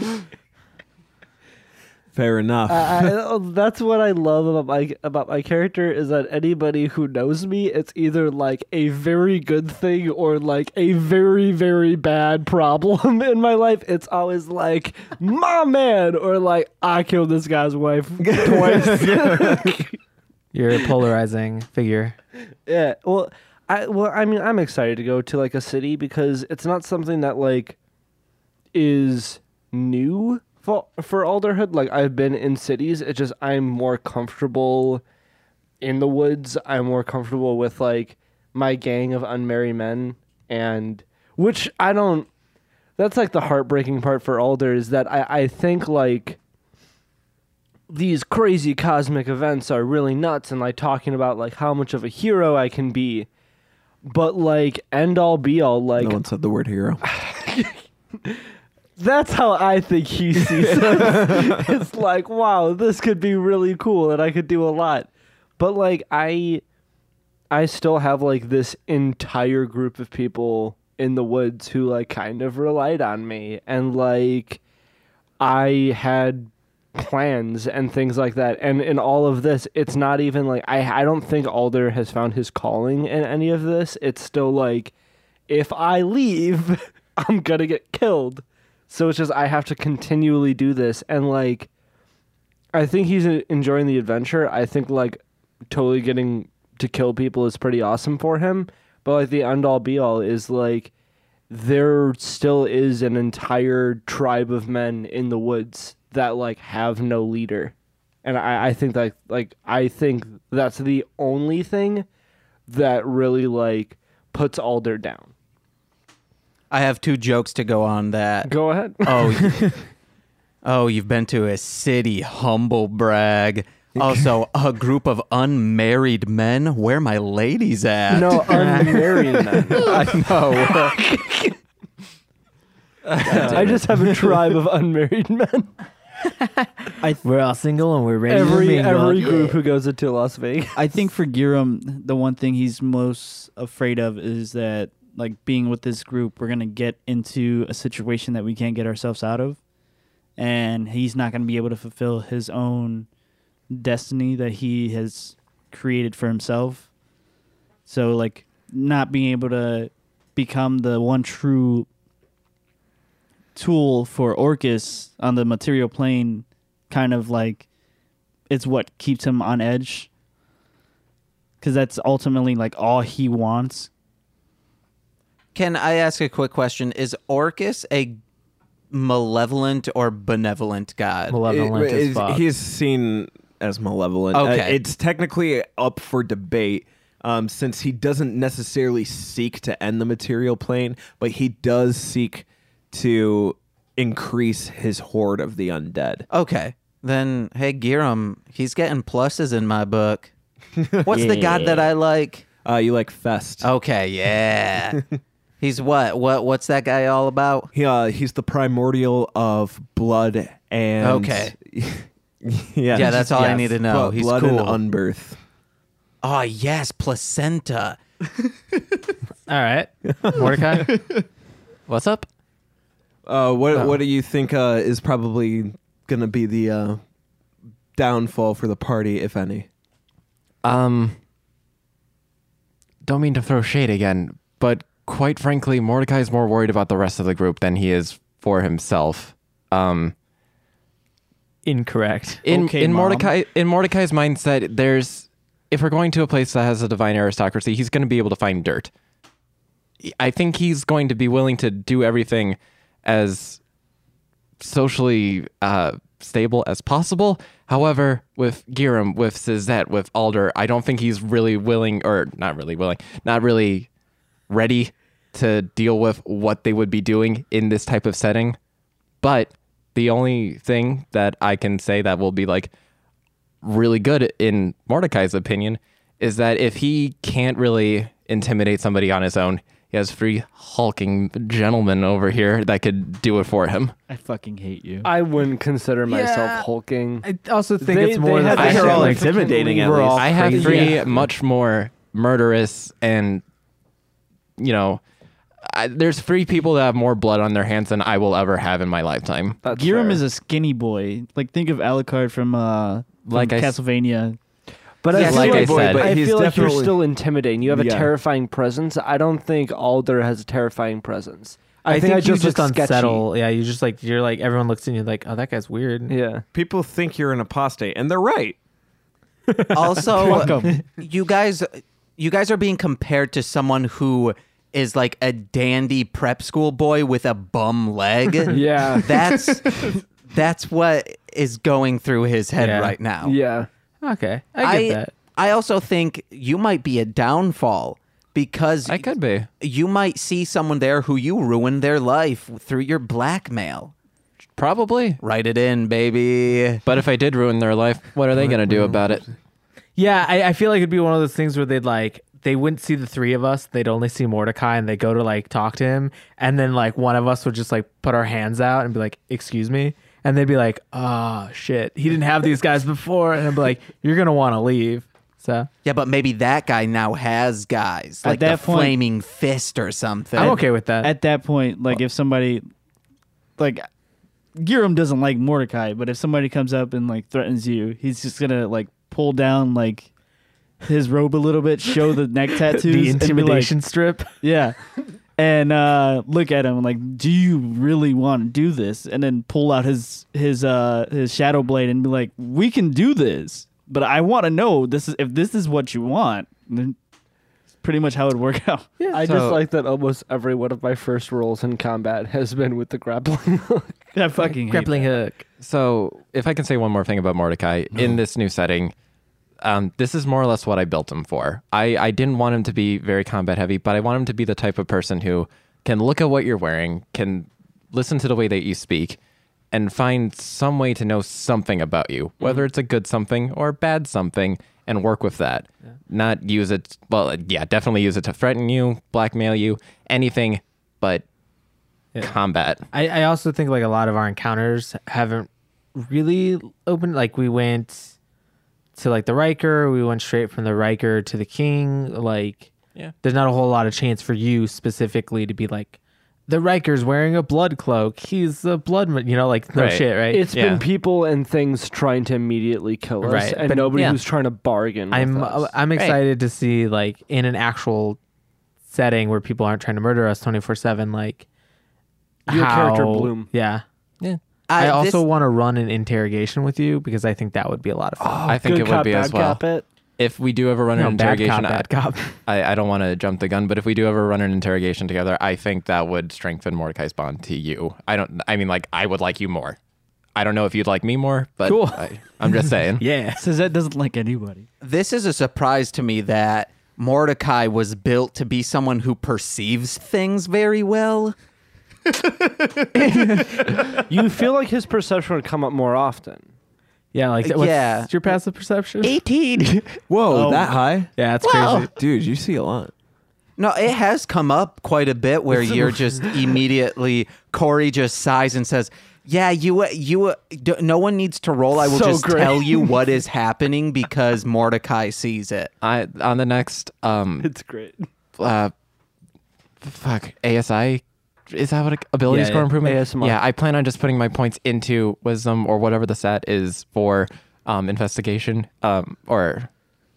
[SPEAKER 1] Fair enough.
[SPEAKER 2] I, I- that's what I love about my about my character is that anybody who knows me, it's either like a very good thing or like a very very bad problem in my life. It's always like my man or like I killed this guy's wife twice.
[SPEAKER 5] You're a polarizing figure.
[SPEAKER 2] Yeah. Well, I well, I mean, I'm excited to go to like a city because it's not something that like is new for for alderhood like i've been in cities it's just i'm more comfortable in the woods i'm more comfortable with like my gang of unmarried men and which i don't that's like the heartbreaking part for alder is that i i think like these crazy cosmic events are really nuts and like talking about like how much of a hero i can be but like end all be all like
[SPEAKER 1] no one said the word hero.
[SPEAKER 2] that's how I think he sees it. it's like, wow, this could be really cool and I could do a lot. But like I I still have like this entire group of people in the woods who like kind of relied on me and like I had plans and things like that. And in all of this, it's not even like I I don't think Alder has found his calling in any of this. It's still like if I leave, I'm gonna get killed. So it's just I have to continually do this, and like, I think he's en- enjoying the adventure. I think like, totally getting to kill people is pretty awesome for him. But like the end all be all is like, there still is an entire tribe of men in the woods that like have no leader, and I I think that like I think that's the only thing that really like puts Alder down.
[SPEAKER 3] I have two jokes to go on that.
[SPEAKER 2] Go ahead.
[SPEAKER 3] Oh, y- oh, you've been to a city, humble brag. Also, a group of unmarried men. Where my ladies at?
[SPEAKER 2] No, unmarried men.
[SPEAKER 3] I know.
[SPEAKER 2] I just have a tribe of unmarried men.
[SPEAKER 7] We're all single and we're ready to
[SPEAKER 2] Every
[SPEAKER 7] mingle.
[SPEAKER 2] every group who goes into Las Vegas.
[SPEAKER 4] I think for Giram, the one thing he's most afraid of is that like being with this group, we're gonna get into a situation that we can't get ourselves out of, and he's not gonna be able to fulfill his own destiny that he has created for himself. So like not being able to become the one true tool for Orcus on the material plane, kind of like it's what keeps him on edge because that's ultimately like all he wants.
[SPEAKER 3] Can I ask a quick question? Is Orcus a malevolent or benevolent god?
[SPEAKER 5] Malevolent
[SPEAKER 1] It-
[SPEAKER 5] as
[SPEAKER 1] is-
[SPEAKER 5] fuck.
[SPEAKER 1] He's seen as malevolent. Uh,
[SPEAKER 3] Okay.
[SPEAKER 1] it's technically up for debate um, since he doesn't necessarily seek to end the material plane, but he does seek to increase his horde of the undead.
[SPEAKER 3] Okay. Then, hey, Giram, he's getting pluses in my book. What's the god that I like?
[SPEAKER 1] Uh, you like Fest.
[SPEAKER 3] Okay, yeah. he's what? What? What's that guy all about?
[SPEAKER 1] He, uh, he's the primordial of blood and.
[SPEAKER 3] Okay.
[SPEAKER 1] yeah.
[SPEAKER 3] Yeah, that's all I need to know.
[SPEAKER 1] Blood,
[SPEAKER 3] He's
[SPEAKER 1] blood
[SPEAKER 3] cool.
[SPEAKER 1] and unbirth.
[SPEAKER 3] Oh, yes, placenta.
[SPEAKER 5] All right, Mordecai.
[SPEAKER 6] What's up?
[SPEAKER 1] Uh, what
[SPEAKER 3] Oh.
[SPEAKER 1] What do you think uh, is probably going to be the uh, downfall for the party, if any?
[SPEAKER 6] Um, don't mean to throw shade again, but quite frankly, Mordecai is more worried about the rest of the group than he is for himself. Um,
[SPEAKER 5] Incorrect.
[SPEAKER 6] in
[SPEAKER 4] Okay,
[SPEAKER 6] in
[SPEAKER 4] Mom.
[SPEAKER 6] Mordecai in Mordecai's mindset, there's if we're going to a place that has a divine aristocracy, he's going to be able to find dirt. I think he's going to be willing to do everything as socially uh, stable as possible. However, with Giram, with Suzette, with Alder, I don't think he's really willing, or not really willing, not really ready to deal with what they would be doing in this type of setting. But the only thing that I can say that will be like really good in Mordecai's opinion is that if he can't really intimidate somebody on his own, he has three hulking gentlemen over here that could do it for him.
[SPEAKER 4] I fucking hate you.
[SPEAKER 2] I wouldn't consider myself
[SPEAKER 5] Yeah.
[SPEAKER 2] hulking.
[SPEAKER 5] I also think
[SPEAKER 2] They-
[SPEAKER 5] it's more
[SPEAKER 2] they had-
[SPEAKER 5] than I
[SPEAKER 2] they're
[SPEAKER 5] said,
[SPEAKER 2] all
[SPEAKER 5] like,
[SPEAKER 1] intimidating, at
[SPEAKER 5] we're
[SPEAKER 1] least.
[SPEAKER 5] all
[SPEAKER 6] I have
[SPEAKER 5] crazy.
[SPEAKER 6] three much more murderous and you know I, there's three people that have more blood on their hands than I will ever have in my lifetime.
[SPEAKER 2] That's
[SPEAKER 4] Giram
[SPEAKER 2] fair.
[SPEAKER 4] is a skinny boy. Like think of Alucard from uh like
[SPEAKER 6] Like I s-
[SPEAKER 4] Castlevania.
[SPEAKER 2] but
[SPEAKER 6] Yes,
[SPEAKER 2] I
[SPEAKER 6] like
[SPEAKER 2] feel
[SPEAKER 6] I
[SPEAKER 2] like,
[SPEAKER 6] said.
[SPEAKER 2] I
[SPEAKER 1] he's
[SPEAKER 2] feel like you're
[SPEAKER 1] definitely-
[SPEAKER 2] still intimidating. You have a
[SPEAKER 1] Yeah.
[SPEAKER 2] terrifying presence. I don't think Alder has a terrifying presence. I,
[SPEAKER 5] I, think,
[SPEAKER 2] I
[SPEAKER 5] you just,
[SPEAKER 2] just, look sketchy.
[SPEAKER 5] unsettle. Yeah, you just like you're like everyone looks at you like, oh, that guy's weird.
[SPEAKER 2] Yeah.
[SPEAKER 1] People think you're an apostate, and they're right.
[SPEAKER 3] Also,
[SPEAKER 4] Welcome.
[SPEAKER 3] you guys, you guys are being compared to someone who is like a dandy prep school boy with a bum leg.
[SPEAKER 2] Yeah.
[SPEAKER 3] that's That's what is going through his head
[SPEAKER 5] Yeah.
[SPEAKER 3] right now.
[SPEAKER 2] Yeah.
[SPEAKER 5] Okay, I get that.
[SPEAKER 3] I also think you might be a downfall because
[SPEAKER 6] I could be.
[SPEAKER 3] you might see someone there who you ruined their life through your blackmail.
[SPEAKER 6] Probably.
[SPEAKER 3] Write it in, baby.
[SPEAKER 6] But if I did ruin their life, what are they going to do about it?
[SPEAKER 5] Yeah, I, I feel like it'd be one of those things where they'd like they wouldn't see the three of us. They'd only see Mordecai, and they go to like talk to him, and then like one of us would just like put our hands out and be like, "Excuse me," and they'd be like, "Ah, shit, he didn't have these guys before," and I'd be like, "You're gonna want to leave." So
[SPEAKER 3] Yeah, but maybe that guy now has guys
[SPEAKER 4] At
[SPEAKER 3] like the
[SPEAKER 4] that point-
[SPEAKER 3] flaming fist or something.
[SPEAKER 5] I'm okay with that.
[SPEAKER 4] At that point, like if somebody, like, Giram doesn't like Mordecai, but if somebody comes up and like threatens you, he's just gonna like pull down like his robe a little bit, show the neck tattoos,
[SPEAKER 5] the
[SPEAKER 4] and be like-
[SPEAKER 5] intimidation strip.
[SPEAKER 4] yeah. And uh, look at him like, do you really want to do this? And then pull out his his uh, his shadow blade and be like, we can do this, but I want to know this is if this is what you want. And then it's pretty much how it would work out.
[SPEAKER 2] I
[SPEAKER 6] So-
[SPEAKER 2] just like that almost every one of my first roles in combat has been with the grappling hook.
[SPEAKER 4] I fucking hate
[SPEAKER 5] Grappling
[SPEAKER 4] that.
[SPEAKER 5] hook.
[SPEAKER 6] So, if I can say one more thing about Mordecai in this new setting, um, this is more or less what I built him for. I, I didn't want him to be very combat heavy, but I want him to be the type of person who can look at what you're wearing, can listen to the way that you speak, and find some way to know something about you, whether it's a good something or a bad something, and work with that. Not use it, well, yeah, definitely use it to threaten you, blackmail you, anything but combat.
[SPEAKER 5] I, I also think like a lot of our encounters haven't really opened. Like we went to like the Riker, we went straight from the Riker to the King. Like,
[SPEAKER 6] Yeah.
[SPEAKER 5] there's not a whole lot of chance for you specifically to be like, the Riker's wearing a blood cloak. He's a blood, ma-" you know, like no
[SPEAKER 6] Right.
[SPEAKER 5] shit, right?
[SPEAKER 2] It's
[SPEAKER 6] Yeah.
[SPEAKER 2] been people and things trying to immediately kill us,
[SPEAKER 5] Right,
[SPEAKER 2] and
[SPEAKER 5] but-
[SPEAKER 2] nobody
[SPEAKER 6] yeah.
[SPEAKER 2] who's trying to bargain. with
[SPEAKER 5] I'm uh,
[SPEAKER 2] us.
[SPEAKER 5] I'm excited to see like in an actual setting where people aren't trying to murder us 24 seven. Like
[SPEAKER 2] Your character
[SPEAKER 5] how-
[SPEAKER 2] bloom.
[SPEAKER 5] Yeah.
[SPEAKER 3] I,
[SPEAKER 5] I,
[SPEAKER 3] this-
[SPEAKER 5] also want to run an interrogation with you because I think that would be a lot of fun.
[SPEAKER 6] I think
[SPEAKER 2] Good
[SPEAKER 6] it would
[SPEAKER 2] cop,
[SPEAKER 6] be
[SPEAKER 2] bad
[SPEAKER 6] as well.
[SPEAKER 2] cop it.
[SPEAKER 6] If we do ever run an
[SPEAKER 5] No, bad
[SPEAKER 6] interrogation,
[SPEAKER 5] cop,
[SPEAKER 6] I-
[SPEAKER 5] bad cop.
[SPEAKER 6] I, I don't want to jump the gun, but if we do ever run an interrogation together, I think that would strengthen Mordecai's bond to you. I don't. I mean, like, I would like you more. I don't know if you'd like me more, but
[SPEAKER 5] Cool.
[SPEAKER 6] I, I'm just saying.
[SPEAKER 5] yeah.
[SPEAKER 4] Says that doesn't like anybody.
[SPEAKER 3] this is a surprise to me that Mordecai was built to be someone who perceives things very well.
[SPEAKER 2] You feel like his perception would come up more often.
[SPEAKER 5] Yeah, like what's
[SPEAKER 3] Yeah.
[SPEAKER 5] your passive perception?
[SPEAKER 3] 18. Oh.
[SPEAKER 1] Whoa, that high?
[SPEAKER 5] Yeah, it's
[SPEAKER 3] Wow.
[SPEAKER 5] crazy.
[SPEAKER 1] Dude, you see a lot.
[SPEAKER 3] No, it has come up quite a bit where you're just immediately Corey just sighs and says, "Yeah, you uh, you d- no one needs to roll. I will
[SPEAKER 2] So
[SPEAKER 3] just
[SPEAKER 2] great.
[SPEAKER 3] tell you what is happening because Mordecai sees it."
[SPEAKER 6] I on the next um
[SPEAKER 2] It's great.
[SPEAKER 6] uh, fuck ASI. Is that what it, ability
[SPEAKER 5] Yeah,
[SPEAKER 6] score
[SPEAKER 5] yeah.
[SPEAKER 6] improvement?
[SPEAKER 2] ASMR.
[SPEAKER 6] Yeah, I plan on just putting my points into wisdom or whatever the stat is for um, investigation um, or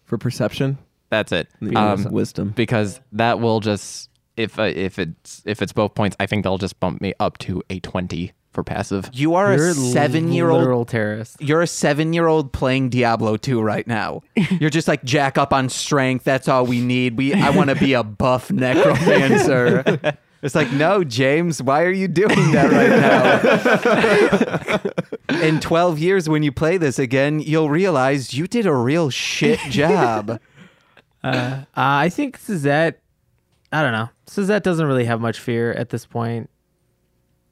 [SPEAKER 1] For perception,
[SPEAKER 6] That's it.
[SPEAKER 1] The
[SPEAKER 6] Um,
[SPEAKER 1] wisdom. wisdom.
[SPEAKER 6] because that will just if uh, if it's if it's both points, I think they'll just bump me up to a twenty for passive.
[SPEAKER 3] You are a 7-year-old
[SPEAKER 5] literal terrorist.
[SPEAKER 3] you're a seven year old playing Diablo 2 right now. You're just like jack up on strength. That's all we need. We I want to be a buff necromancer. It's like, no, James, why are you doing that right now? In 12 years, when you play this again, you'll realize you did a real shit job.
[SPEAKER 5] Uh, I think Suzette. I don't know. Suzette doesn't really have much fear at this point.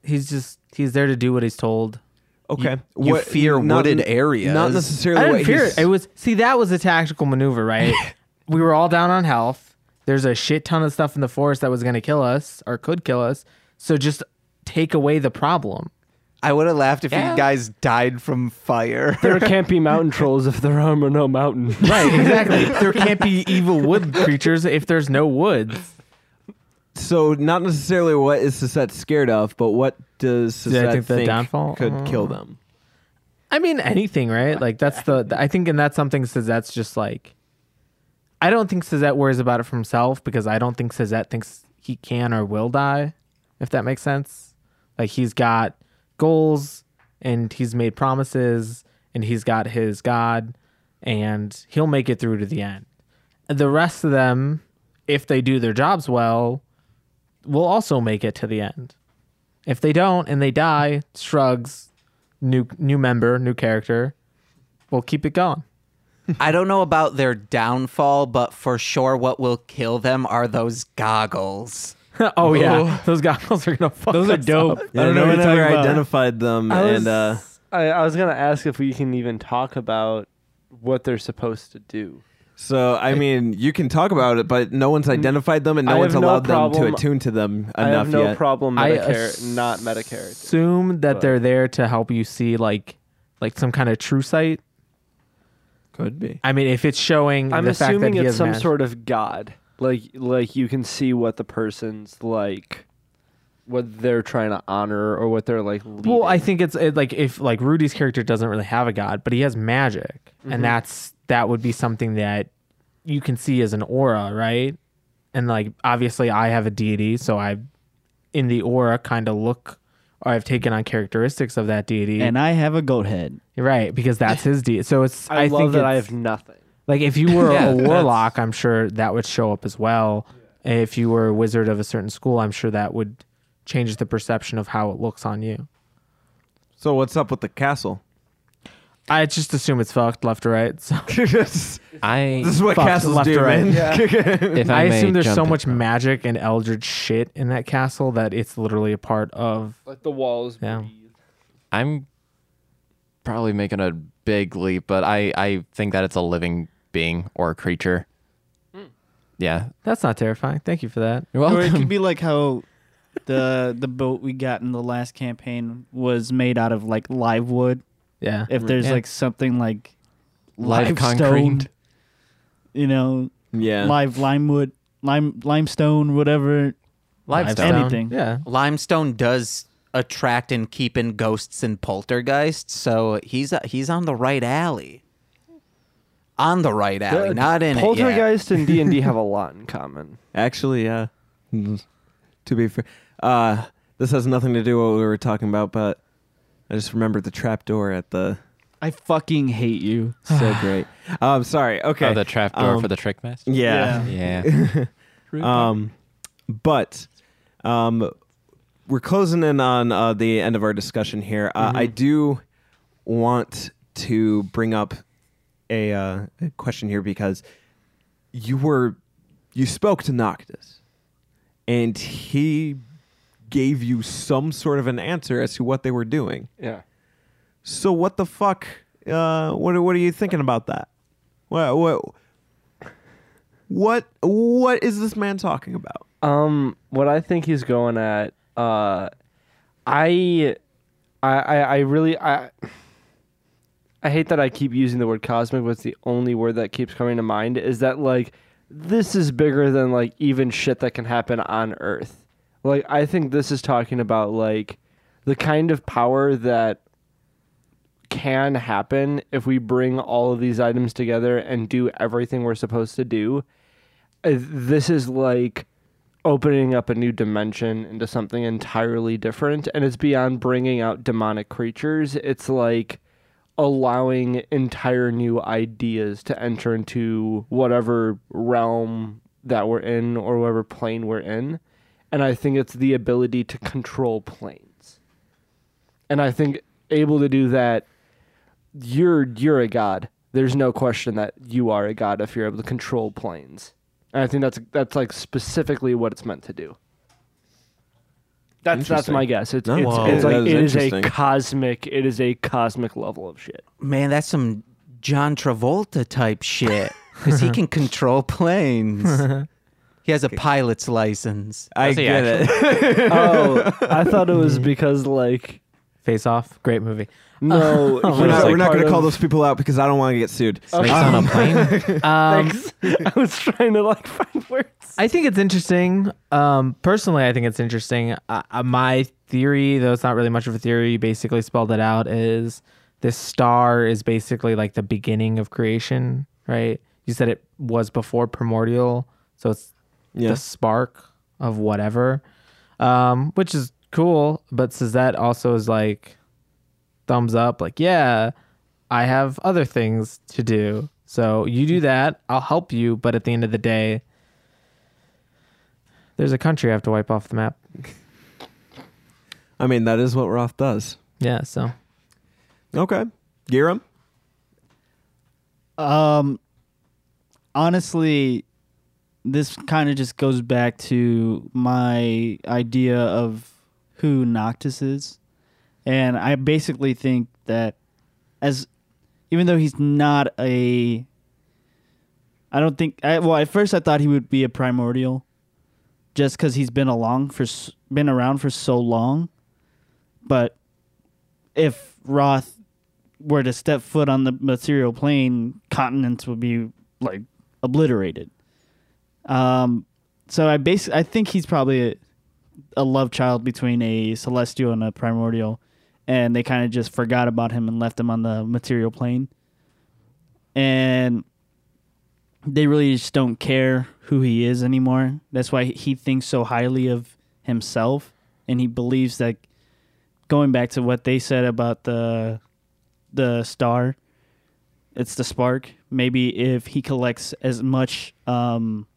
[SPEAKER 5] He's just he's there to do what he's told.
[SPEAKER 1] Okay.
[SPEAKER 3] you fear wooded areas.
[SPEAKER 1] Not necessarily
[SPEAKER 5] I
[SPEAKER 1] what
[SPEAKER 5] didn't fear
[SPEAKER 1] he's-
[SPEAKER 5] it. It was see that was a tactical maneuver, right? we were all down on health. There's a shit ton of stuff in the forest that was going to kill us or could kill us. So just take away the problem.
[SPEAKER 3] I would have laughed if
[SPEAKER 6] Yeah.
[SPEAKER 3] you guys died from fire.
[SPEAKER 2] There can't be mountain trolls if there are no mountain.
[SPEAKER 5] Right, exactly. there can't be evil wood creatures if there's no woods.
[SPEAKER 1] So not necessarily what is Suzette scared of, but what does
[SPEAKER 5] Yeah, I
[SPEAKER 1] Suzette
[SPEAKER 5] think
[SPEAKER 1] think,
[SPEAKER 5] the downfall-
[SPEAKER 1] could
[SPEAKER 5] uh,
[SPEAKER 1] kill them?
[SPEAKER 5] I mean anything, right? Like that's the I think and that's something Suzette's just like I don't think Suzette worries about it for himself because I don't think Suzette thinks he can or will die, if that makes sense. Like he's got goals and he's made promises and he's got his God and he'll make it through to the end. The rest of them, if they do their jobs well, will also make it to the end. If they don't and they die, shrugs, new new member, new character. We'll keep it going.
[SPEAKER 3] I don't know about their downfall, but for sure, what will kill them are those goggles.
[SPEAKER 5] oh yeah, those goggles are gonna fuck.
[SPEAKER 4] Those are
[SPEAKER 5] us
[SPEAKER 4] dope.
[SPEAKER 5] up.
[SPEAKER 1] Yeah, I don't know.
[SPEAKER 4] what
[SPEAKER 1] We
[SPEAKER 4] you're talking
[SPEAKER 1] never
[SPEAKER 4] about.
[SPEAKER 1] identified them,
[SPEAKER 2] I was,
[SPEAKER 1] and uh,
[SPEAKER 2] I, I was gonna ask if we can even talk about what they're supposed to do.
[SPEAKER 1] so I mean, you can talk about it, but no one's identified them, and no
[SPEAKER 2] I
[SPEAKER 1] one's
[SPEAKER 2] have no
[SPEAKER 1] allowed them
[SPEAKER 2] problem.
[SPEAKER 1] to attune to them
[SPEAKER 2] I
[SPEAKER 1] enough
[SPEAKER 2] have no
[SPEAKER 1] yet.
[SPEAKER 2] problem
[SPEAKER 5] I
[SPEAKER 2] Medicare,
[SPEAKER 5] ass-
[SPEAKER 2] not Medicare.
[SPEAKER 5] Assume that
[SPEAKER 2] But-
[SPEAKER 5] they're there to help you see like like some kind of true sight.
[SPEAKER 1] Could be.
[SPEAKER 5] I mean, if it's showing
[SPEAKER 2] I'm
[SPEAKER 5] the fact that
[SPEAKER 2] assuming
[SPEAKER 5] he
[SPEAKER 2] it's
[SPEAKER 5] has
[SPEAKER 2] some
[SPEAKER 5] magic-
[SPEAKER 2] sort of god. Like like you can see what the person's like what they're trying to honor or what they're like leading.
[SPEAKER 5] Well, I think it's it, like if like Rudy's character doesn't really have a god, but he has magic, and that's that would be something that you can see as an aura, right? And like obviously, I have a deity, so I in the aura kind of look or I've taken on characteristics of that deity,
[SPEAKER 4] And I have a goat head.
[SPEAKER 5] right? Because that's his deity. So it's
[SPEAKER 2] I,
[SPEAKER 5] I,
[SPEAKER 2] love
[SPEAKER 5] think
[SPEAKER 2] that I
[SPEAKER 5] it's-
[SPEAKER 2] have nothing.
[SPEAKER 5] like if you were
[SPEAKER 3] Yeah,
[SPEAKER 5] a
[SPEAKER 3] that's-
[SPEAKER 5] warlock, I'm sure that would show up as well. If you were a wizard of a certain school, I'm sure that would change the perception of how it looks on you.
[SPEAKER 1] So what's up with the castle?
[SPEAKER 5] I just assume it's fucked left to right. So
[SPEAKER 1] this
[SPEAKER 6] I
[SPEAKER 1] is what
[SPEAKER 5] Fucked
[SPEAKER 1] castles
[SPEAKER 5] left
[SPEAKER 1] do,
[SPEAKER 5] to right.
[SPEAKER 1] man.
[SPEAKER 6] if I,
[SPEAKER 5] I,
[SPEAKER 6] may
[SPEAKER 5] assume there's
[SPEAKER 6] jump
[SPEAKER 5] so
[SPEAKER 6] in-
[SPEAKER 5] much magic and eldritch shit in that castle that it's literally a part of.
[SPEAKER 2] Like the walls
[SPEAKER 5] Yeah.
[SPEAKER 6] I'm probably making a big leap, but I I think that it's a living being or a creature. Yeah,
[SPEAKER 5] That's not terrifying. Thank you for that.
[SPEAKER 6] you're
[SPEAKER 4] Or it
[SPEAKER 6] welcome.
[SPEAKER 4] could be like how the the boat we got in the last campaign was made out of like live wood.
[SPEAKER 5] Yeah.
[SPEAKER 4] If there's
[SPEAKER 5] Yeah.
[SPEAKER 4] like something like
[SPEAKER 6] Live
[SPEAKER 4] limestone,
[SPEAKER 6] concrete.
[SPEAKER 4] you know,
[SPEAKER 1] Yeah.
[SPEAKER 4] live limewood, lime limestone, whatever.
[SPEAKER 6] Limestone.
[SPEAKER 4] Anything.
[SPEAKER 5] Yeah.
[SPEAKER 3] Limestone does attract and keep in ghosts and poltergeists, so he's he's on the right alley. On the right alley, not in it. yet.
[SPEAKER 2] Poltergeist and D and D have a lot in common.
[SPEAKER 1] Actually, yeah. Mm. To be fair, uh, this has nothing to do with what we were talking about, but I just remembered the trap door at the.
[SPEAKER 4] I fucking hate you.
[SPEAKER 1] So great. Um, sorry. Okay.
[SPEAKER 6] Oh, the trapdoor
[SPEAKER 1] Um,
[SPEAKER 6] for the trick master.
[SPEAKER 1] yeah.
[SPEAKER 6] Yeah,
[SPEAKER 1] Um, but um, we're closing in on uh, the end of our discussion here. Uh, I do want to bring up a, uh, a question here because you were you spoke to Noctis, and he gave you some sort of an answer as to what they were doing.
[SPEAKER 2] Yeah.
[SPEAKER 1] So what the fuck? Uh, what are- what are you thinking about that? What what what what is this man talking about?
[SPEAKER 2] Um, what I think he's going at, uh, I, I, I, I really, I, I hate that I keep using the word cosmic, but it's the only word that keeps coming to mind. Is that like this is bigger than like even shit that can happen on Earth? Like I think this is talking about like the kind of power that can happen if we bring all of these items together and do everything we're supposed to do. Uh, This is like opening up a new dimension into something entirely different and it's beyond bringing out demonic creatures it's like allowing entire new ideas to enter into whatever realm that we're in or whatever plane we're in and i think it's the ability to control planes and i think able to do that you're you're a god there's no question that you are a god if you're able to control planes and I think that's that's like specifically what it's meant to do. That's that's
[SPEAKER 1] Interesting.
[SPEAKER 2] my guess. It's
[SPEAKER 1] No,
[SPEAKER 2] it's,
[SPEAKER 1] wow.
[SPEAKER 2] it's
[SPEAKER 1] That
[SPEAKER 2] like
[SPEAKER 1] is
[SPEAKER 2] it is a
[SPEAKER 1] interesting.
[SPEAKER 2] cosmic it is a cosmic level of shit.
[SPEAKER 3] Man, that's some John Travolta type shit. Because he can control planes. he has a pilot's license.
[SPEAKER 1] I
[SPEAKER 6] he
[SPEAKER 1] get it.
[SPEAKER 2] oh, I thought it was because like
[SPEAKER 5] Face off. Great movie.
[SPEAKER 2] no,
[SPEAKER 1] we're not, we're not going to call those people out because I don't want to get sued.
[SPEAKER 6] Snakes on a plane.
[SPEAKER 5] Um,
[SPEAKER 2] I was trying to like find words.
[SPEAKER 5] I think it's interesting. Um, personally, I think it's interesting. Uh, uh, my theory, though it's not really much of a theory, you basically spelled it out, is this star is basically like the beginning of creation, right? You said it was before primordial, so it's
[SPEAKER 1] Yeah.
[SPEAKER 5] the spark of whatever, um, which is cool. But says that also is like thumbs up, like, yeah, I have other things to do. So you do that, I'll help you. But at the end of the day, there's a country I have to wipe off the map.
[SPEAKER 1] I mean, that is what Roth does.
[SPEAKER 5] Yeah, so
[SPEAKER 1] Okay. Giram?
[SPEAKER 4] Um, honestly, this kind of just goes back to my idea of who Noctis is, and I basically think that as even though he's not a, I don't think. I, well, at first I thought he would be a primordial, just because he's been along for s- been around for so long, but if Roth were to step foot on the material plane, continents would be like obliterated. Um, so I basically I think he's probably a, a love child between a celestial and a primordial, and they kind of just forgot about him and left him on the material plane, and they really just don't care who he is anymore. That's why he thinks so highly of himself, and he believes that going back to what they said about the the star. It's the spark. Maybe if he collects as much um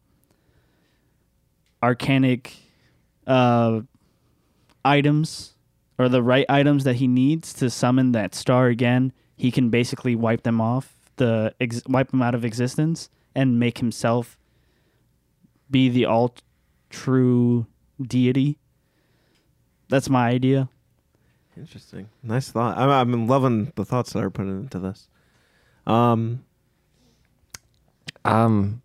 [SPEAKER 4] arcanic uh items or the right items that he needs to summon that star again, he can basically wipe them off, the ex- wipe them out of existence and make himself be the all true deity. That's my idea.
[SPEAKER 1] Interesting. Nice thought. I'm, I'm loving the thoughts that are put into this. Um,
[SPEAKER 6] Um,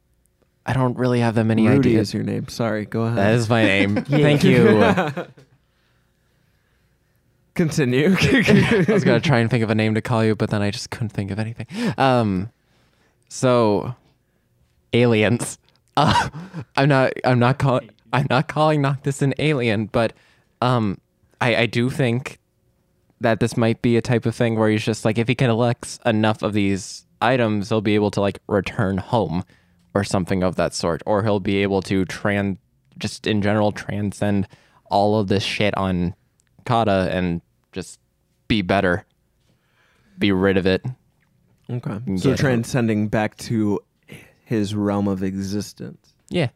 [SPEAKER 6] I don't really have that many
[SPEAKER 1] Rudy
[SPEAKER 6] ideas.
[SPEAKER 1] is your name. Sorry. Go ahead.
[SPEAKER 6] That is my name. Thank you. I
[SPEAKER 1] Continue.
[SPEAKER 6] was gonna try and think of a name to call you, but then I just couldn't think of anything. Um, so aliens. Uh, I'm not. I'm not calling. I'm not calling Noctis an alien, but um, I, I do think that this might be a type of thing where he's just like, if he collects enough of these items, he'll be able to like return home or something of that sort, or he'll be able to trans, just in general, transcend all of this shit on Kata and just be better, be rid of it.
[SPEAKER 1] okay. So
[SPEAKER 6] Yeah.
[SPEAKER 1] transcending back to his realm of existence.
[SPEAKER 6] Yeah.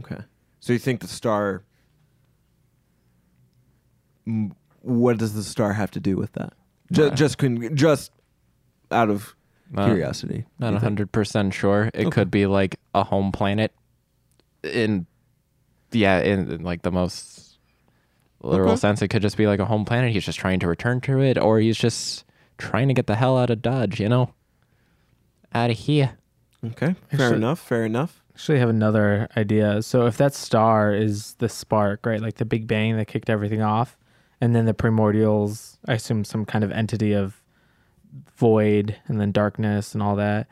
[SPEAKER 1] Okay. So you think the star. M- What does the star have to do with that? Just, just, con- just out of
[SPEAKER 6] Uh,
[SPEAKER 1] curiosity.
[SPEAKER 6] Not
[SPEAKER 1] you think?
[SPEAKER 6] hundred percent sure. It could be like a home planet, in yeah, in, in, like the most literal
[SPEAKER 1] Okay.
[SPEAKER 6] sense. It could just be like a home planet. He's just trying to return to it, or he's just trying to get the hell out of Dodge. You know, out of here.
[SPEAKER 1] Okay. Fair
[SPEAKER 5] Actually-
[SPEAKER 1] enough. Fair enough.
[SPEAKER 5] actually have another idea. So if that star is the spark, right? Like the Big Bang that kicked everything off, and then the primordials, I assume some kind of entity of void and then darkness and all that.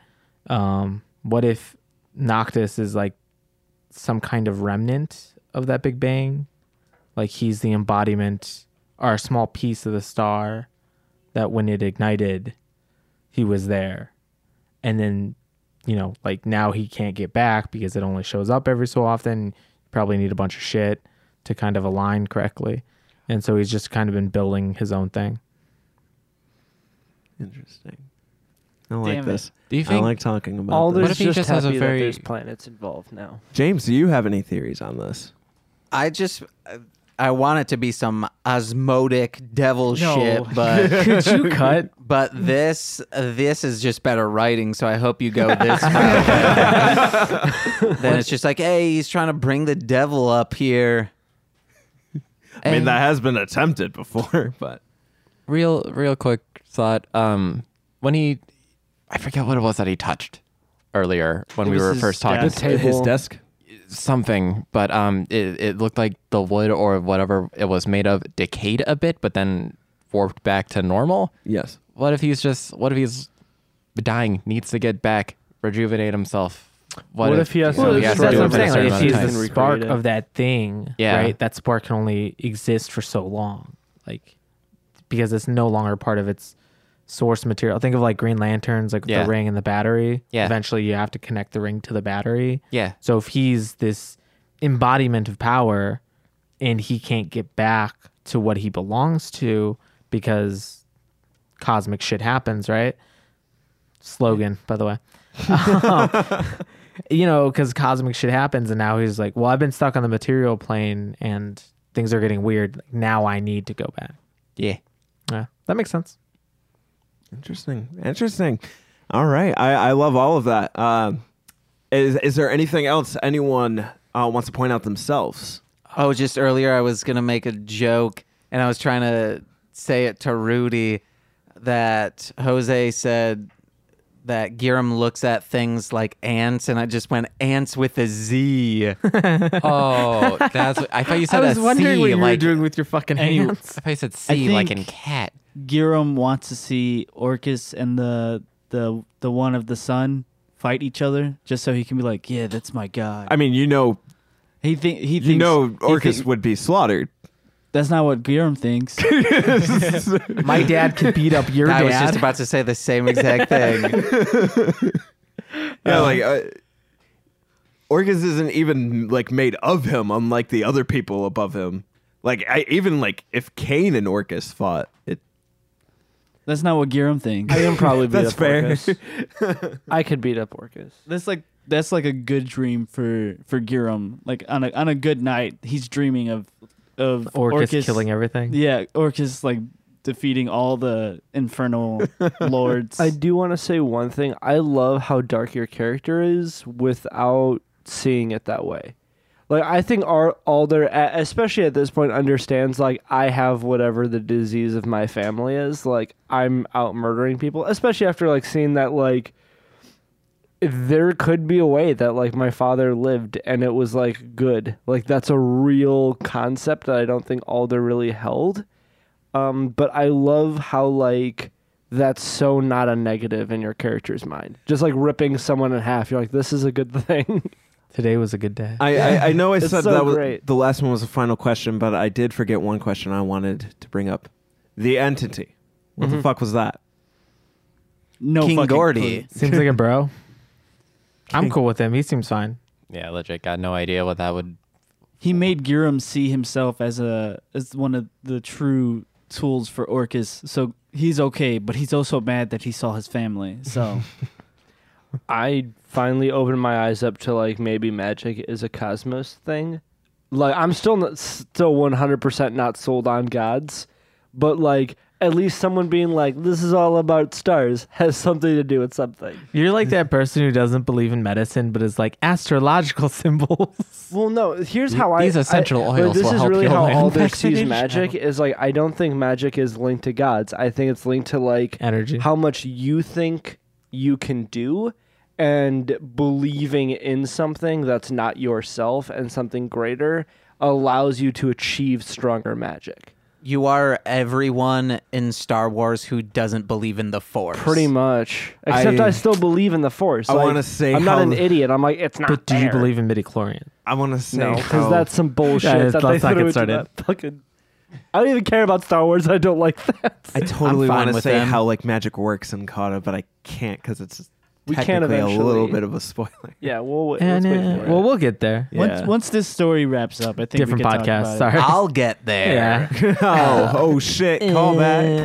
[SPEAKER 5] Um, what if Noctis is like some kind of remnant of that Big Bang? Like he's the embodiment or a small piece of the star that when it ignited, he was there. And then you know, like now he can't get back because it only shows up every so often. Probably need a bunch of shit to kind of align correctly. And so he's just kind of been building his own thing.
[SPEAKER 1] Interesting. I like
[SPEAKER 4] Damn it.
[SPEAKER 1] this.
[SPEAKER 6] Do you
[SPEAKER 1] I
[SPEAKER 6] think?
[SPEAKER 1] like talking about
[SPEAKER 2] All
[SPEAKER 1] this.
[SPEAKER 6] What
[SPEAKER 2] there's
[SPEAKER 6] if he
[SPEAKER 2] just,
[SPEAKER 6] just
[SPEAKER 2] happy
[SPEAKER 6] has a very-
[SPEAKER 2] that there's planets involved now.
[SPEAKER 1] James, do you have any theories on this?
[SPEAKER 3] I just I want it to be some osmotic devil
[SPEAKER 4] No.
[SPEAKER 3] shit, but
[SPEAKER 5] Could you cut?
[SPEAKER 3] but this this is just better writing. So I hope you go this. route. then it's just like, hey, he's trying to bring the devil up here.
[SPEAKER 1] I mean,
[SPEAKER 6] And-
[SPEAKER 1] that has been attempted before, but
[SPEAKER 6] real real quick thought um when he i forget what it was that he touched earlier when
[SPEAKER 4] It
[SPEAKER 6] we
[SPEAKER 4] was
[SPEAKER 6] were
[SPEAKER 4] his
[SPEAKER 6] first talking
[SPEAKER 4] desk.
[SPEAKER 1] his desk.
[SPEAKER 6] something but um it, it looked like the wood or whatever it was made of decayed a bit but then warped back to normal
[SPEAKER 1] Yes.
[SPEAKER 6] what if he's just what if he's dying needs to get back rejuvenate himself
[SPEAKER 5] What, if, he has
[SPEAKER 6] you
[SPEAKER 5] to
[SPEAKER 6] know,
[SPEAKER 4] Well,
[SPEAKER 6] he has
[SPEAKER 5] that's
[SPEAKER 6] to
[SPEAKER 5] what
[SPEAKER 6] do it
[SPEAKER 5] I'm
[SPEAKER 6] for
[SPEAKER 5] saying.
[SPEAKER 6] a
[SPEAKER 5] Like if
[SPEAKER 6] certain amount of
[SPEAKER 5] he's
[SPEAKER 6] time?
[SPEAKER 5] the
[SPEAKER 4] time.
[SPEAKER 5] spark
[SPEAKER 4] Recreate it.
[SPEAKER 5] of that thing,
[SPEAKER 6] Yeah.
[SPEAKER 5] right? That spark can only exist for so long. Like because it's no longer part of its source material. Think of like Green Lanterns, like with
[SPEAKER 6] Yeah.
[SPEAKER 5] the ring and the battery.
[SPEAKER 6] Yeah.
[SPEAKER 5] Eventually you have to connect the ring to the battery.
[SPEAKER 6] yeah
[SPEAKER 5] So if he's this embodiment of power and he can't get back to what he belongs to because cosmic shit happens, right? Slogan, by the way. Um, you know, because cosmic shit happens and now he's like, well, I've been stuck on the material plane and things are getting weird. Now I need to go back.
[SPEAKER 6] yeah
[SPEAKER 5] Yeah, that makes sense.
[SPEAKER 1] Interesting. Interesting. All right. I, I love all of that. Um, is, is there anything else anyone uh, wants to point out themselves?
[SPEAKER 3] Oh, just earlier I was gonna make a joke, and I was trying to say it to Rudy that Jose said that Giram looks at things like ants, and I just went ants with a Z.
[SPEAKER 6] Oh, that's. I thought you
[SPEAKER 7] I
[SPEAKER 6] said
[SPEAKER 7] was
[SPEAKER 6] a
[SPEAKER 7] wondering
[SPEAKER 6] C,
[SPEAKER 7] what you
[SPEAKER 6] like,
[SPEAKER 7] were doing with your fucking
[SPEAKER 6] and you-
[SPEAKER 7] hands.
[SPEAKER 6] I thought you said
[SPEAKER 4] I
[SPEAKER 6] C, like in
[SPEAKER 4] think-
[SPEAKER 6] cat.
[SPEAKER 4] Giram wants to see Orcus and the the the one of the sun fight each other just so he can be like, yeah, that's my guy.
[SPEAKER 1] I mean, you know,
[SPEAKER 4] he think he thinks
[SPEAKER 1] you know,
[SPEAKER 4] he
[SPEAKER 1] Orcus
[SPEAKER 4] think-
[SPEAKER 1] would be slaughtered.
[SPEAKER 4] that's not what Giram thinks.
[SPEAKER 5] My dad could beat up your
[SPEAKER 3] I
[SPEAKER 5] dad.
[SPEAKER 3] was just about to say the same exact thing.
[SPEAKER 2] Uh-huh.
[SPEAKER 1] Yeah, like uh, Orcus isn't even like made of him, unlike the other people above him. Like I even like if Cain and Orcus fought, it
[SPEAKER 4] that's not what Giram thinks.
[SPEAKER 2] I can probably beat
[SPEAKER 1] That's
[SPEAKER 2] up
[SPEAKER 1] fair.
[SPEAKER 2] Orcus. I could beat up Orcus.
[SPEAKER 4] that's like that's like a good dream for for Giram. Like on a on a good night, he's dreaming of of
[SPEAKER 5] Orcus, killing everything.
[SPEAKER 4] Yeah, Orcus like defeating all the infernal lords.
[SPEAKER 2] I do want to say one thing. I love how dark your character is without seeing it that way. Like I think our Alder, a- especially at this point, understands like I have whatever the disease of my family is. Like I'm out murdering people, especially after like seeing that like there could be a way that like my father lived and it was like good. Like that's a real concept that I don't think Alder really held. Um, but I love how like that's so not a negative in your character's mind. Just like ripping someone in half, you're like, this is a good thing.
[SPEAKER 5] Today was a good day.
[SPEAKER 1] I, I, I know I
[SPEAKER 2] It's
[SPEAKER 1] said
[SPEAKER 2] so
[SPEAKER 1] that was,
[SPEAKER 2] great.
[SPEAKER 1] the last one was a final question, but I did forget one question I wanted to bring up. The entity. What
[SPEAKER 2] Mm-hmm.
[SPEAKER 1] the fuck was that?
[SPEAKER 4] no
[SPEAKER 3] King
[SPEAKER 4] fucking
[SPEAKER 3] Gordy.
[SPEAKER 4] clue.
[SPEAKER 5] Seems like a bro. I'm cool with him. He seems fine.
[SPEAKER 6] Yeah, legit. Got no idea what that would.
[SPEAKER 4] He made Giram see himself as a as one of the true tools for Orcus. So he's okay, but he's also mad that he saw his family. So
[SPEAKER 2] I finally opened my eyes up to like maybe magic is a cosmos thing. Like I'm still not, still 100% not sold on gods, but like at least someone being like this is all about stars has something to do with something.
[SPEAKER 5] You're like that person who doesn't believe in medicine, but is like astrological symbols.
[SPEAKER 2] Well, no. Here's how
[SPEAKER 6] These
[SPEAKER 2] I
[SPEAKER 6] essential
[SPEAKER 2] I, like,
[SPEAKER 6] oils
[SPEAKER 2] This
[SPEAKER 6] will
[SPEAKER 2] is
[SPEAKER 6] help
[SPEAKER 2] really
[SPEAKER 6] heal
[SPEAKER 2] how
[SPEAKER 6] my
[SPEAKER 2] Alder sees
[SPEAKER 6] vaccination.
[SPEAKER 2] magic is like. I don't think magic is linked to gods. I think it's linked to like
[SPEAKER 5] Energy.
[SPEAKER 2] how much you think you can do, and believing in something that's not yourself and something greater allows you to achieve stronger magic.
[SPEAKER 3] You are everyone in Star Wars who doesn't believe in the Force.
[SPEAKER 2] Pretty much. Except I,
[SPEAKER 1] I-
[SPEAKER 2] still believe in the force.
[SPEAKER 1] I
[SPEAKER 2] Like,
[SPEAKER 1] wanna say
[SPEAKER 2] I'm not
[SPEAKER 1] how-
[SPEAKER 2] an idiot. I'm like it's not.
[SPEAKER 5] But do you
[SPEAKER 2] there.
[SPEAKER 5] believe in midichlorian?
[SPEAKER 1] I want to say
[SPEAKER 2] No,
[SPEAKER 1] how-
[SPEAKER 2] because that's some bullshit.
[SPEAKER 5] Yeah,
[SPEAKER 2] that
[SPEAKER 5] let's
[SPEAKER 2] they
[SPEAKER 5] not get
[SPEAKER 2] threw into
[SPEAKER 5] started.
[SPEAKER 2] that Fucking, I don't even care about Star Wars. I don't like that.
[SPEAKER 1] I totally
[SPEAKER 3] fine
[SPEAKER 1] want to
[SPEAKER 3] with
[SPEAKER 1] say
[SPEAKER 3] them.
[SPEAKER 1] how like magic works in Kata, but I can't because it's
[SPEAKER 2] We can
[SPEAKER 1] technically a little
[SPEAKER 2] eventually.
[SPEAKER 1] bit of a spoiler.
[SPEAKER 2] Yeah, we'll wait.
[SPEAKER 5] And,
[SPEAKER 2] Let's wait
[SPEAKER 5] uh,
[SPEAKER 2] for it.
[SPEAKER 5] well, we'll get there.
[SPEAKER 4] once
[SPEAKER 1] Yeah.
[SPEAKER 4] once this story wraps up, I think
[SPEAKER 5] Different
[SPEAKER 4] we can talk about
[SPEAKER 5] podcast.
[SPEAKER 4] it.
[SPEAKER 5] Sorry.
[SPEAKER 3] I'll get there.
[SPEAKER 5] yeah.
[SPEAKER 1] oh, oh shit! Call back.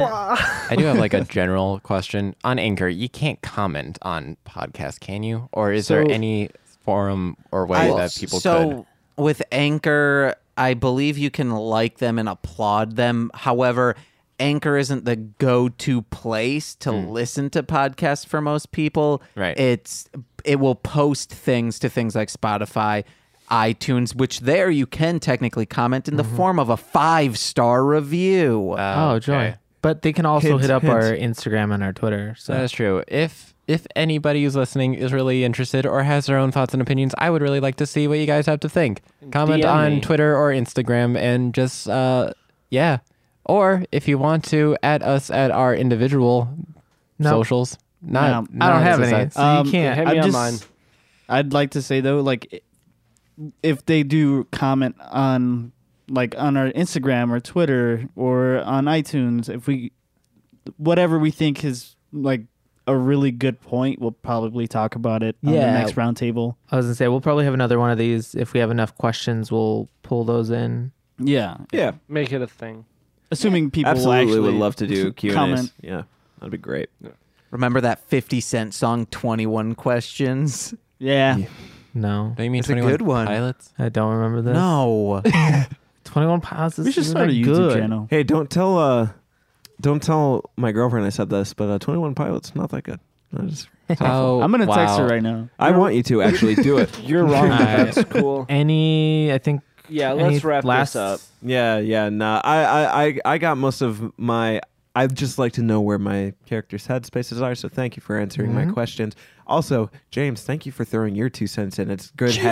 [SPEAKER 6] I do have like a general question on Anchor. You can't comment on podcasts, can you? Or is there
[SPEAKER 4] So-
[SPEAKER 6] any forum or way
[SPEAKER 3] I-
[SPEAKER 6] that people
[SPEAKER 3] so with Anchor, I believe you can like them and applaud them. However, Anchor isn't the go-to place to listen to podcasts for most people.
[SPEAKER 6] Hmm. Right.
[SPEAKER 3] It's it will post things to things like Spotify, iTunes, which there you can technically comment in the
[SPEAKER 6] Mm-hmm.
[SPEAKER 3] form of a five-star review.
[SPEAKER 6] could?
[SPEAKER 5] Oh, joy.
[SPEAKER 6] okay.
[SPEAKER 5] But they can also
[SPEAKER 1] Hint,
[SPEAKER 5] hit up
[SPEAKER 1] hint.
[SPEAKER 5] our Instagram and our Twitter. So
[SPEAKER 6] That is true. If if anybody who's listening is really interested or has their own thoughts and opinions, I would really like to see what you guys have to think. Comment
[SPEAKER 2] DM
[SPEAKER 6] on
[SPEAKER 2] me.
[SPEAKER 6] Twitter or Instagram and just uh yeah. Or if you want to at us at our individual
[SPEAKER 5] No.
[SPEAKER 6] socials. Not,
[SPEAKER 4] No. I
[SPEAKER 5] I
[SPEAKER 6] not
[SPEAKER 5] don't have
[SPEAKER 6] as a
[SPEAKER 5] any.
[SPEAKER 6] site.
[SPEAKER 5] So you
[SPEAKER 4] Um,
[SPEAKER 5] can't.
[SPEAKER 2] hit me
[SPEAKER 4] I'm
[SPEAKER 2] on
[SPEAKER 4] just-
[SPEAKER 2] mine.
[SPEAKER 4] I'd like to say though, like i- if they do comment on like on our Instagram or Twitter or on iTunes, if we whatever we think is like a really good point, we'll probably talk about it on the
[SPEAKER 5] Yeah.
[SPEAKER 4] next roundtable.
[SPEAKER 5] I was gonna say we'll probably have another one of these if we have enough questions. We'll pull those in.
[SPEAKER 4] Yeah.
[SPEAKER 1] Yeah,
[SPEAKER 2] Make it a thing.
[SPEAKER 4] Assuming people
[SPEAKER 1] absolutely
[SPEAKER 4] actually
[SPEAKER 1] would love to do Q and A's.
[SPEAKER 4] comment.
[SPEAKER 1] Yeah, that'd be great.
[SPEAKER 3] Remember that 50 cent song 21 questions?
[SPEAKER 4] Yeah.
[SPEAKER 5] No,
[SPEAKER 6] Don't you mean
[SPEAKER 3] It's a
[SPEAKER 6] 21
[SPEAKER 3] good one.
[SPEAKER 6] Pilots?
[SPEAKER 5] I don't remember this.
[SPEAKER 3] No.
[SPEAKER 5] twenty-one pilots.
[SPEAKER 4] We should start a YouTube
[SPEAKER 5] good.
[SPEAKER 4] channel.
[SPEAKER 1] Hey, don't tell uh, don't tell my girlfriend I said this, but uh, Twenty One Pilots not that good. I, just, Oh,
[SPEAKER 6] How,
[SPEAKER 4] I'm gonna text
[SPEAKER 6] wow.
[SPEAKER 4] her right now.
[SPEAKER 1] I want you to actually do it.
[SPEAKER 2] You're wrong. but
[SPEAKER 5] Alright.
[SPEAKER 2] That's cool.
[SPEAKER 5] Any, I think.
[SPEAKER 2] Yeah,
[SPEAKER 5] any
[SPEAKER 2] let's wrap
[SPEAKER 5] last,
[SPEAKER 2] this up.
[SPEAKER 1] Yeah, yeah, nah. I, I, I, I got most of my. I'd just like to know where my character's headspaces are. So thank you for answering my questions. Also, James, thank you for throwing your two cents in. It's good
[SPEAKER 3] You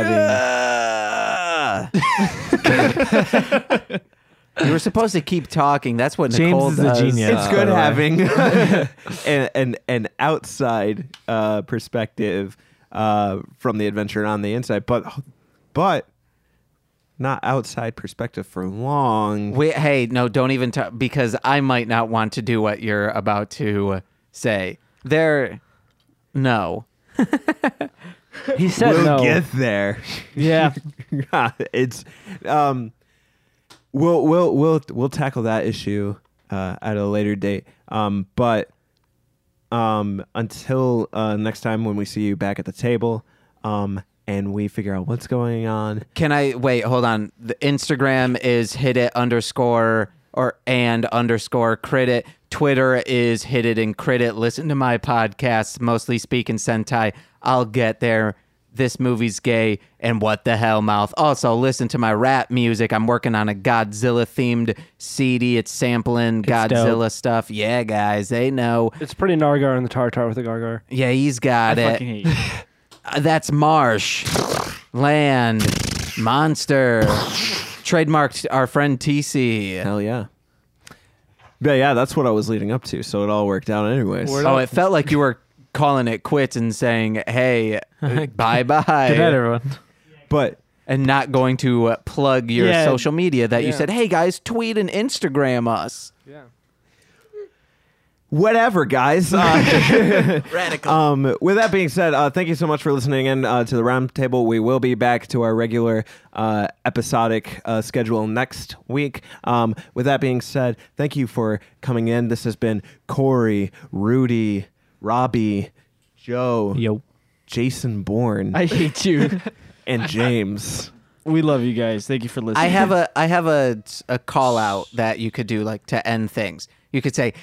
[SPEAKER 3] were supposed to keep talking. That's what
[SPEAKER 5] James
[SPEAKER 3] Nicole
[SPEAKER 5] is a
[SPEAKER 3] does,
[SPEAKER 5] genius.
[SPEAKER 3] uh,
[SPEAKER 5] It's
[SPEAKER 3] by the way.
[SPEAKER 1] having it's good having an, an an outside uh, perspective uh, from the adventure and on the inside, but but not outside perspective for long.
[SPEAKER 3] Wait, hey, no, don't even talk because I might not want to do what you're about to say. There, no.
[SPEAKER 2] He said
[SPEAKER 1] we'll
[SPEAKER 2] no.
[SPEAKER 1] get there.
[SPEAKER 4] Yeah,
[SPEAKER 1] it's um we'll we'll we'll we'll tackle that issue uh at a later date um but um until uh next time when we see you back at the table um and we figure out what's going on
[SPEAKER 3] Can I wait? Hold on. The Instagram is hit it underscore or and underscore credit. Twitter is hit it and credit. Listen to my podcast, mostly speaking Sentai. I'll get there. This movie's gay and what the hell mouth. Also, listen to my rap music. I'm working on a Godzilla themed CD. It's sampling Godzilla stuff. Yeah, guys, they know.
[SPEAKER 2] It's pretty Nargar in the Tartar with the Gargar.
[SPEAKER 3] Yeah, he's got it.
[SPEAKER 4] fucking hate you.
[SPEAKER 3] Uh, that's marsh, land, monster. Trademarked our friend TC.
[SPEAKER 1] hell yeah but yeah that's what i was leading up to so it all worked out anyways
[SPEAKER 3] Oh, it felt like you were calling it quits and saying, "Hey, uh, bye
[SPEAKER 5] Good night,
[SPEAKER 3] bye,"
[SPEAKER 5] everyone.
[SPEAKER 1] but
[SPEAKER 3] and not going to uh, plug your
[SPEAKER 4] Yeah.
[SPEAKER 3] social media that you
[SPEAKER 2] Yeah.
[SPEAKER 3] said, "Hey guys, tweet and Instagram us."
[SPEAKER 2] Yeah.
[SPEAKER 1] whatever guys uh, um, with that being said uh, thank you so much for listening in uh, to the roundtable we will be back to our regular uh, episodic uh, schedule next week um, with that being said thank you for coming in this has been corey rudy robbie joe
[SPEAKER 5] Yo.
[SPEAKER 1] jason bourne
[SPEAKER 4] I hate you.
[SPEAKER 1] and james
[SPEAKER 4] We love you guys. Thank you for listening.
[SPEAKER 3] I have a I have a a call out that you could do like to end things. You could say,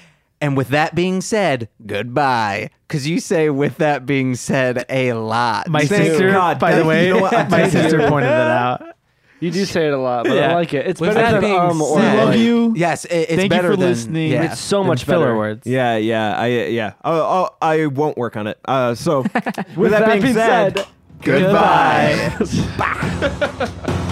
[SPEAKER 3] and with that being said, goodbye. Cause you say with that being said a lot.
[SPEAKER 5] My
[SPEAKER 1] Thank
[SPEAKER 5] sister,
[SPEAKER 1] God.
[SPEAKER 5] by the
[SPEAKER 1] Thank-
[SPEAKER 5] way,
[SPEAKER 1] you know what? I'm
[SPEAKER 5] my
[SPEAKER 1] taking
[SPEAKER 5] sister
[SPEAKER 1] it.
[SPEAKER 5] pointed that out.
[SPEAKER 2] You do say it a lot, but I
[SPEAKER 5] Yeah.
[SPEAKER 2] like it. It's
[SPEAKER 3] With that
[SPEAKER 2] better than
[SPEAKER 3] being
[SPEAKER 2] um or
[SPEAKER 4] We
[SPEAKER 3] said-
[SPEAKER 2] like.
[SPEAKER 4] love you.
[SPEAKER 3] Yes, it, it's
[SPEAKER 4] Thank you
[SPEAKER 3] better
[SPEAKER 4] for
[SPEAKER 3] than
[SPEAKER 4] listening.
[SPEAKER 3] Yeah.
[SPEAKER 2] It's so much
[SPEAKER 5] filler
[SPEAKER 2] better.
[SPEAKER 5] words.
[SPEAKER 1] yeah yeah i yeah oh, oh, i won't work on it uh, so with,
[SPEAKER 2] With that being said,
[SPEAKER 1] goodbye.
[SPEAKER 2] goodbye.